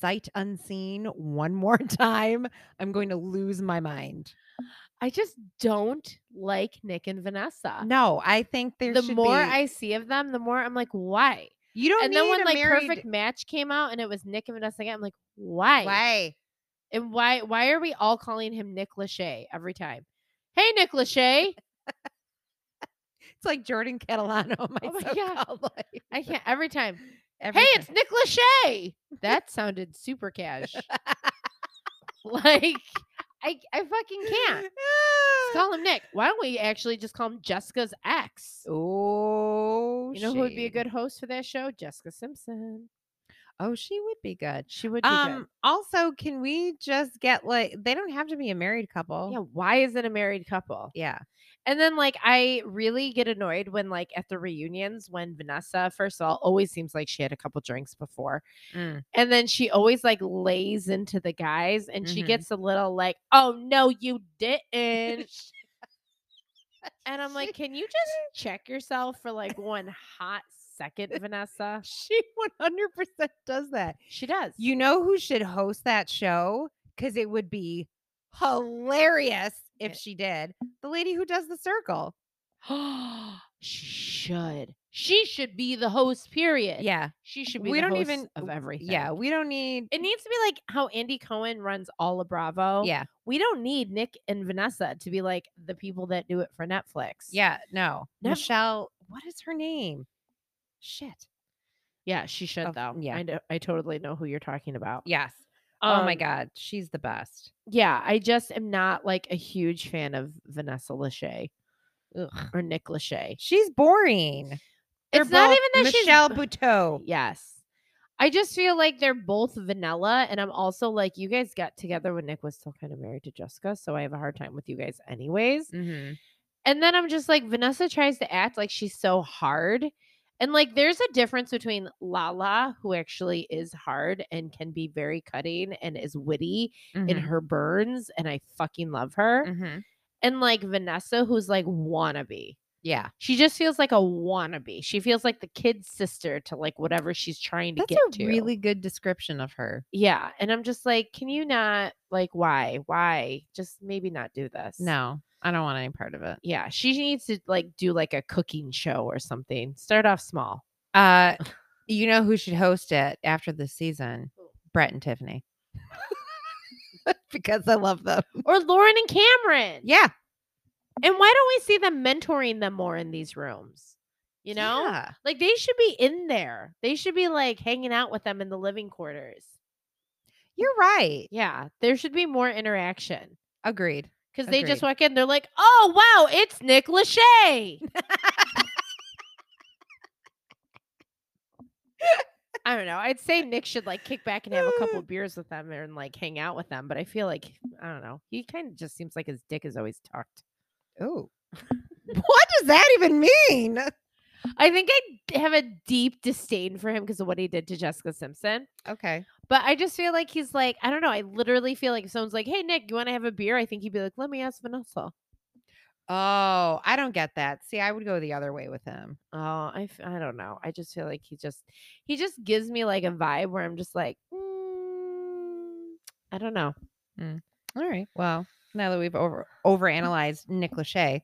Speaker 4: sight unseen one more time, I'm going to lose my mind.
Speaker 1: I just don't like Nick and Vanessa.
Speaker 4: No, I think there
Speaker 1: Uh, the
Speaker 4: should
Speaker 1: more
Speaker 4: be-
Speaker 1: I see of them, the more I'm like, why?
Speaker 4: you don't
Speaker 1: And
Speaker 4: need
Speaker 1: then when
Speaker 4: a
Speaker 1: like
Speaker 4: married
Speaker 1: Perfect Match came out and it was Nick and Vanessa again, I'm like, why?
Speaker 4: why.
Speaker 1: And why? Why are we all calling him Nick Lachey every time? Hey, Nick Lachey.
Speaker 4: It's like Jordan Catalano, my,
Speaker 1: Oh my God.
Speaker 4: so-called life.
Speaker 1: I can't every time.
Speaker 4: Every
Speaker 1: Hey,
Speaker 4: time.
Speaker 1: it's Nick Lachey. That sounded super cash. like I, I fucking can't. Just call him Nick. Why don't we actually just call him Jessica's ex?
Speaker 4: Oh,
Speaker 1: You know who would be a
Speaker 4: shade.
Speaker 1: good host for that show? Jessica Simpson.
Speaker 4: Oh, she would be good.
Speaker 1: She would be
Speaker 4: Um, also, can we just get like they don't have to be a married couple.
Speaker 1: good. Yeah, why is it a married couple?
Speaker 4: Yeah.
Speaker 1: And then like I really get annoyed when like at the reunions when Vanessa first of all always seems like she had a couple drinks before.
Speaker 4: Mm.
Speaker 1: And then she always like lays into the guys and she
Speaker 4: Mhm.
Speaker 1: gets a little like, "Oh no, you didn't." and I'm like, "Can you just check yourself for like one hot second, Vanessa?"
Speaker 4: She 100% does that.
Speaker 1: She does.
Speaker 4: You know who should host that show? Because it would be hilarious if
Speaker 1: It-
Speaker 4: she did. The lady who does the circle.
Speaker 1: she should. She should be the host. Period.
Speaker 4: Yeah.
Speaker 1: she should be.
Speaker 4: we
Speaker 1: the
Speaker 4: don't
Speaker 1: host
Speaker 4: even-
Speaker 1: of everything.
Speaker 4: Yeah. We don't need.
Speaker 1: it needs to be like how Andy Cohen runs All of Bravo.
Speaker 4: Yeah.
Speaker 1: we don't need Nick and Vanessa to be like the people that do it for Netflix.
Speaker 4: Yeah. No.
Speaker 1: No.
Speaker 4: Michelle, what is her name? Shit.
Speaker 1: yeah, she should
Speaker 4: Oh,
Speaker 1: though.
Speaker 4: yeah.
Speaker 1: I know. I totally know who you're talking about.
Speaker 4: Yes. oh my
Speaker 1: Um,
Speaker 4: God. She's the best.
Speaker 1: Yeah, I just am not like a huge fan of Vanessa Lachey or Nick Lachey.
Speaker 4: She's boring. They're
Speaker 1: it's not
Speaker 4: both
Speaker 1: even that she's
Speaker 4: Michelle Buteau.
Speaker 1: Yes. I just feel like they're both vanilla. And I'm also like, you guys got together when Nick was still kind of married to Jessica. So I have a hard time with you guys, anyways.
Speaker 4: Mm-hmm.
Speaker 1: And then I'm just like, Vanessa tries to act like she's so hard. And like, there's a difference between Lala, who actually is hard and can be very cutting and is witty in
Speaker 4: Mm-hmm.
Speaker 1: her burns. And I fucking love her.
Speaker 4: Mm.
Speaker 1: And like Vanessa, who's like wannabe.
Speaker 4: Yeah.
Speaker 1: She just feels like a wannabe. She feels like the kid sister to like whatever she's trying to
Speaker 4: That's
Speaker 1: get
Speaker 4: a
Speaker 1: to.
Speaker 4: really good description of her.
Speaker 1: Yeah. And I'm just like, can you not like why? Why? Just maybe not do this.
Speaker 4: No, I don't want any part of it.
Speaker 1: Yeah. She needs to like do like a cooking show or something. Start off small.
Speaker 4: Uh, you know who should host it after this season? Brett and Tiffany. because I love them.
Speaker 1: Or Lauren and Cameron.
Speaker 4: Yeah.
Speaker 1: And why don't we see them mentoring them more in these rooms? You know?
Speaker 4: Yeah.
Speaker 1: Like they should be in there. They should be like hanging out with them in the living quarters.
Speaker 4: You're right.
Speaker 1: Yeah. There should be more interaction.
Speaker 4: Agreed.
Speaker 1: Because they just
Speaker 4: Agreed.
Speaker 1: walk in, they're like, oh wow, it's Nick Lachey. I don't know. I'd say Nick should like kick back and have a couple beers with them and like hang out with them, but I feel like I don't know. He kind of just seems like his dick is always tucked.
Speaker 4: Oh. what does that even mean?
Speaker 1: I think I d- have a deep disdain for him because of what he did to Jessica Simpson.
Speaker 4: Okay.
Speaker 1: But I just feel like he's like, I don't know. I literally feel like if someone's like, hey, Nick, you want to have a beer? I think he'd be like, let me ask Vanessa.
Speaker 4: Oh, I don't get that. See, I would go the other way with him.
Speaker 1: Oh, I, f- I don't know. I just feel like he just he just gives me like a vibe where I'm just like, "Mm, I don't know.
Speaker 4: All right. Well, now that we've over overanalyzed Nick Lachey.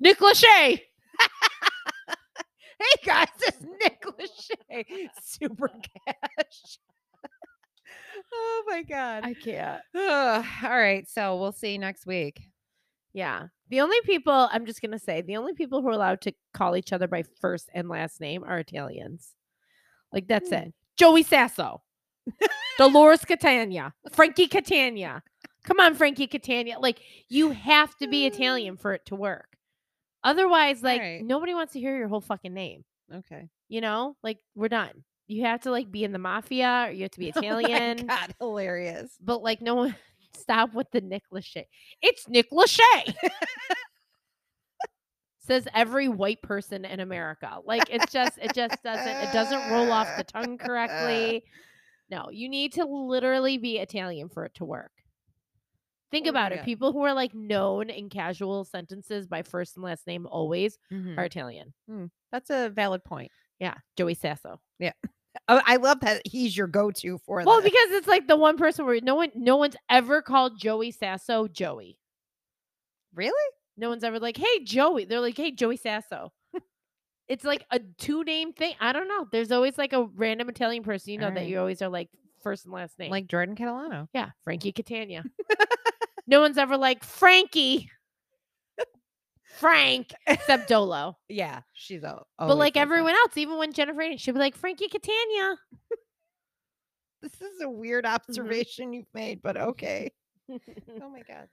Speaker 1: Nick Lachey.
Speaker 4: Hey guys, it's Nick Lachey. Super cash. oh my god.
Speaker 1: I can't.
Speaker 4: Ugh, all right. So we'll see you next week.
Speaker 1: Yeah. The only people I'm just gonna say the only people who are allowed to call each other by first and last name are Italians. Like that's
Speaker 4: Hmm.
Speaker 1: it. Joey Sasso, Dolores Catania, Frankie Catania. Come on, Frankie Catania. Like you have to be Italian for it to work. Otherwise, like
Speaker 4: Alright.
Speaker 1: nobody wants to hear your whole fucking name.
Speaker 4: Okay.
Speaker 1: you know like we're done you have to like be in the mafia or you have to be
Speaker 4: Italian.
Speaker 1: italian
Speaker 4: Oh god, hilarious.
Speaker 1: but like no one stop with the nick lachey it's nick lachey says every white person in america like it's just it just doesn't it doesn't roll off the tongue correctly no you need to literally be italian for it to work Think
Speaker 4: Oh my
Speaker 1: about it.
Speaker 4: God.
Speaker 1: People who are like known in casual sentences by first and last name always
Speaker 4: Mm-hmm. Mm.
Speaker 1: are Italian.
Speaker 4: That's a valid point.
Speaker 1: Yeah. Joey Sasso.
Speaker 4: Oh, I love that he's your go-to for
Speaker 1: Well,
Speaker 4: this.
Speaker 1: because it's like the one person where no one no one's ever called Joey Sasso Joey.
Speaker 4: really,
Speaker 1: No one's ever like, hey Joey. They're like, hey, Joey Sasso. it's like a two name thing. I don't know. There's always like a random Italian person, you know, that
Speaker 4: Alright.
Speaker 1: you always are like first and last name.
Speaker 4: like Jordan Catalano.
Speaker 1: yeah, Frankie Catania. no one's ever like Frankie. Frank, except Dolo.
Speaker 4: Yeah, she's out.
Speaker 1: but like everyone else, even when Jennifer, Aniston, she'll be like Frankie Catania.
Speaker 4: this is a weird observation you've made, but okay. oh my god.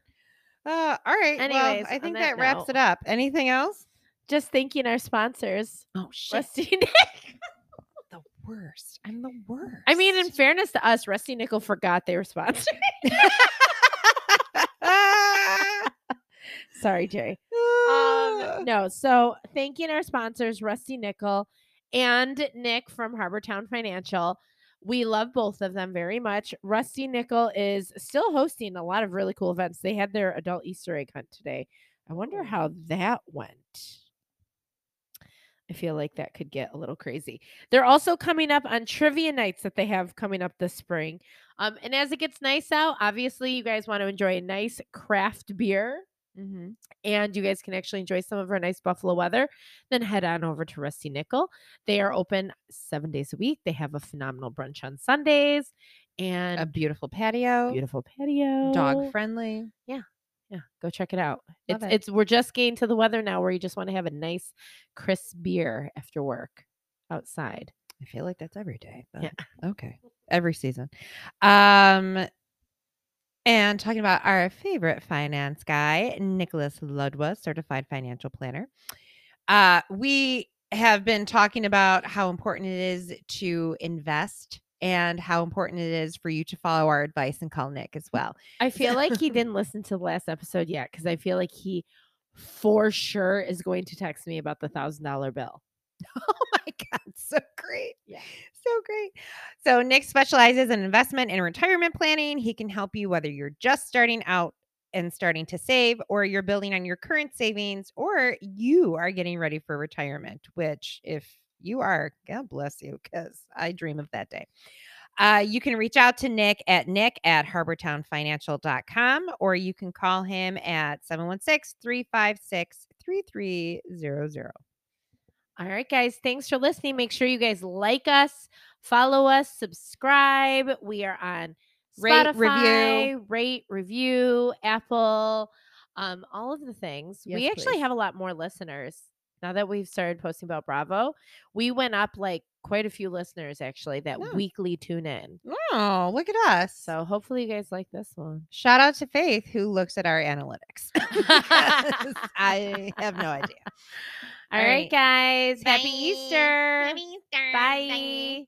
Speaker 4: Uh, all right.
Speaker 1: Anyways,
Speaker 4: well, I
Speaker 1: on
Speaker 4: think
Speaker 1: that
Speaker 4: that, wraps it up. Anything else?
Speaker 1: Just thanking our sponsors,
Speaker 4: Oh shit,
Speaker 1: Rusty
Speaker 4: the worst. I'm the worst.
Speaker 1: I mean, in fairness to us, Rusty Nickel forgot they were sponsored. Um, Sorry, Jerry.
Speaker 4: Ah.
Speaker 1: Um, no, so thanking our sponsors, Rusty Nickel and Nick from Harbortown Financial. We love both of them very much. Rusty Nickel is still hosting a lot of really cool events. They had their adult Easter egg hunt today. I wonder how that went. I feel like that could get a little crazy. They're also coming up on trivia nights that they have coming up this spring. Um, and as it gets nice out, obviously you guys want to enjoy a nice craft beer
Speaker 4: mm-hmm.
Speaker 1: and you guys can actually enjoy some of our nice buffalo weather, then head on over to Rusty Nickel. They are open seven days a week. They have a phenomenal brunch on Sundays
Speaker 4: a
Speaker 1: and
Speaker 4: beautiful patio,
Speaker 1: beautiful patio.
Speaker 4: dog friendly.
Speaker 1: Yeah, go check it out.
Speaker 4: Love
Speaker 1: It's
Speaker 4: it.
Speaker 1: it's we're just getting to the weather now where you just want to have a nice crisp beer after work outside.
Speaker 4: I feel like that's every day. But
Speaker 1: Yeah.
Speaker 4: Okay. Every season. Um and talking about our favorite finance guy, Nicholas Ludwa, certified financial planner. Uh we have been talking about how important it is to invest and how important it is for you to follow our advice and call Nick
Speaker 1: Mm.
Speaker 4: as well.
Speaker 1: I feel like he didn't listen to the last episode yet because I feel like he for sure is going to text me about the thousand dollar bill.
Speaker 4: Oh my God, so great.
Speaker 1: Yeah.
Speaker 4: So great. So, Nick specializes in investment and retirement planning. He can help you whether you're just starting out and starting to save, or you're building on your current savings, or you are getting ready for retirement, which, if you are, God bless you, because I dream of that day. Uh, you can reach out to Nick at nick at harbortownfinancial.com or you can call him at 716 356 3300.
Speaker 1: All right, guys. Thanks for listening. Make sure you guys like us, follow us, subscribe. We are on
Speaker 4: Rate,
Speaker 1: Spotify,
Speaker 4: review.
Speaker 1: rate, review, Apple, um, all of the things. we
Speaker 4: Yes,
Speaker 1: actually
Speaker 4: please.
Speaker 1: have a lot more listeners now that we've started posting about Bravo. We went up like quite a few listeners actually that
Speaker 4: Yeah.
Speaker 1: weekly tune in.
Speaker 4: Oh, look at us.
Speaker 1: So hopefully you guys like this one.
Speaker 4: Shout out to Faith who looks at our analytics. because I have no idea.
Speaker 1: all right,
Speaker 4: Alright.
Speaker 1: guys. Happy
Speaker 5: Bye.
Speaker 1: Easter.
Speaker 5: Happy Easter.
Speaker 1: Bye.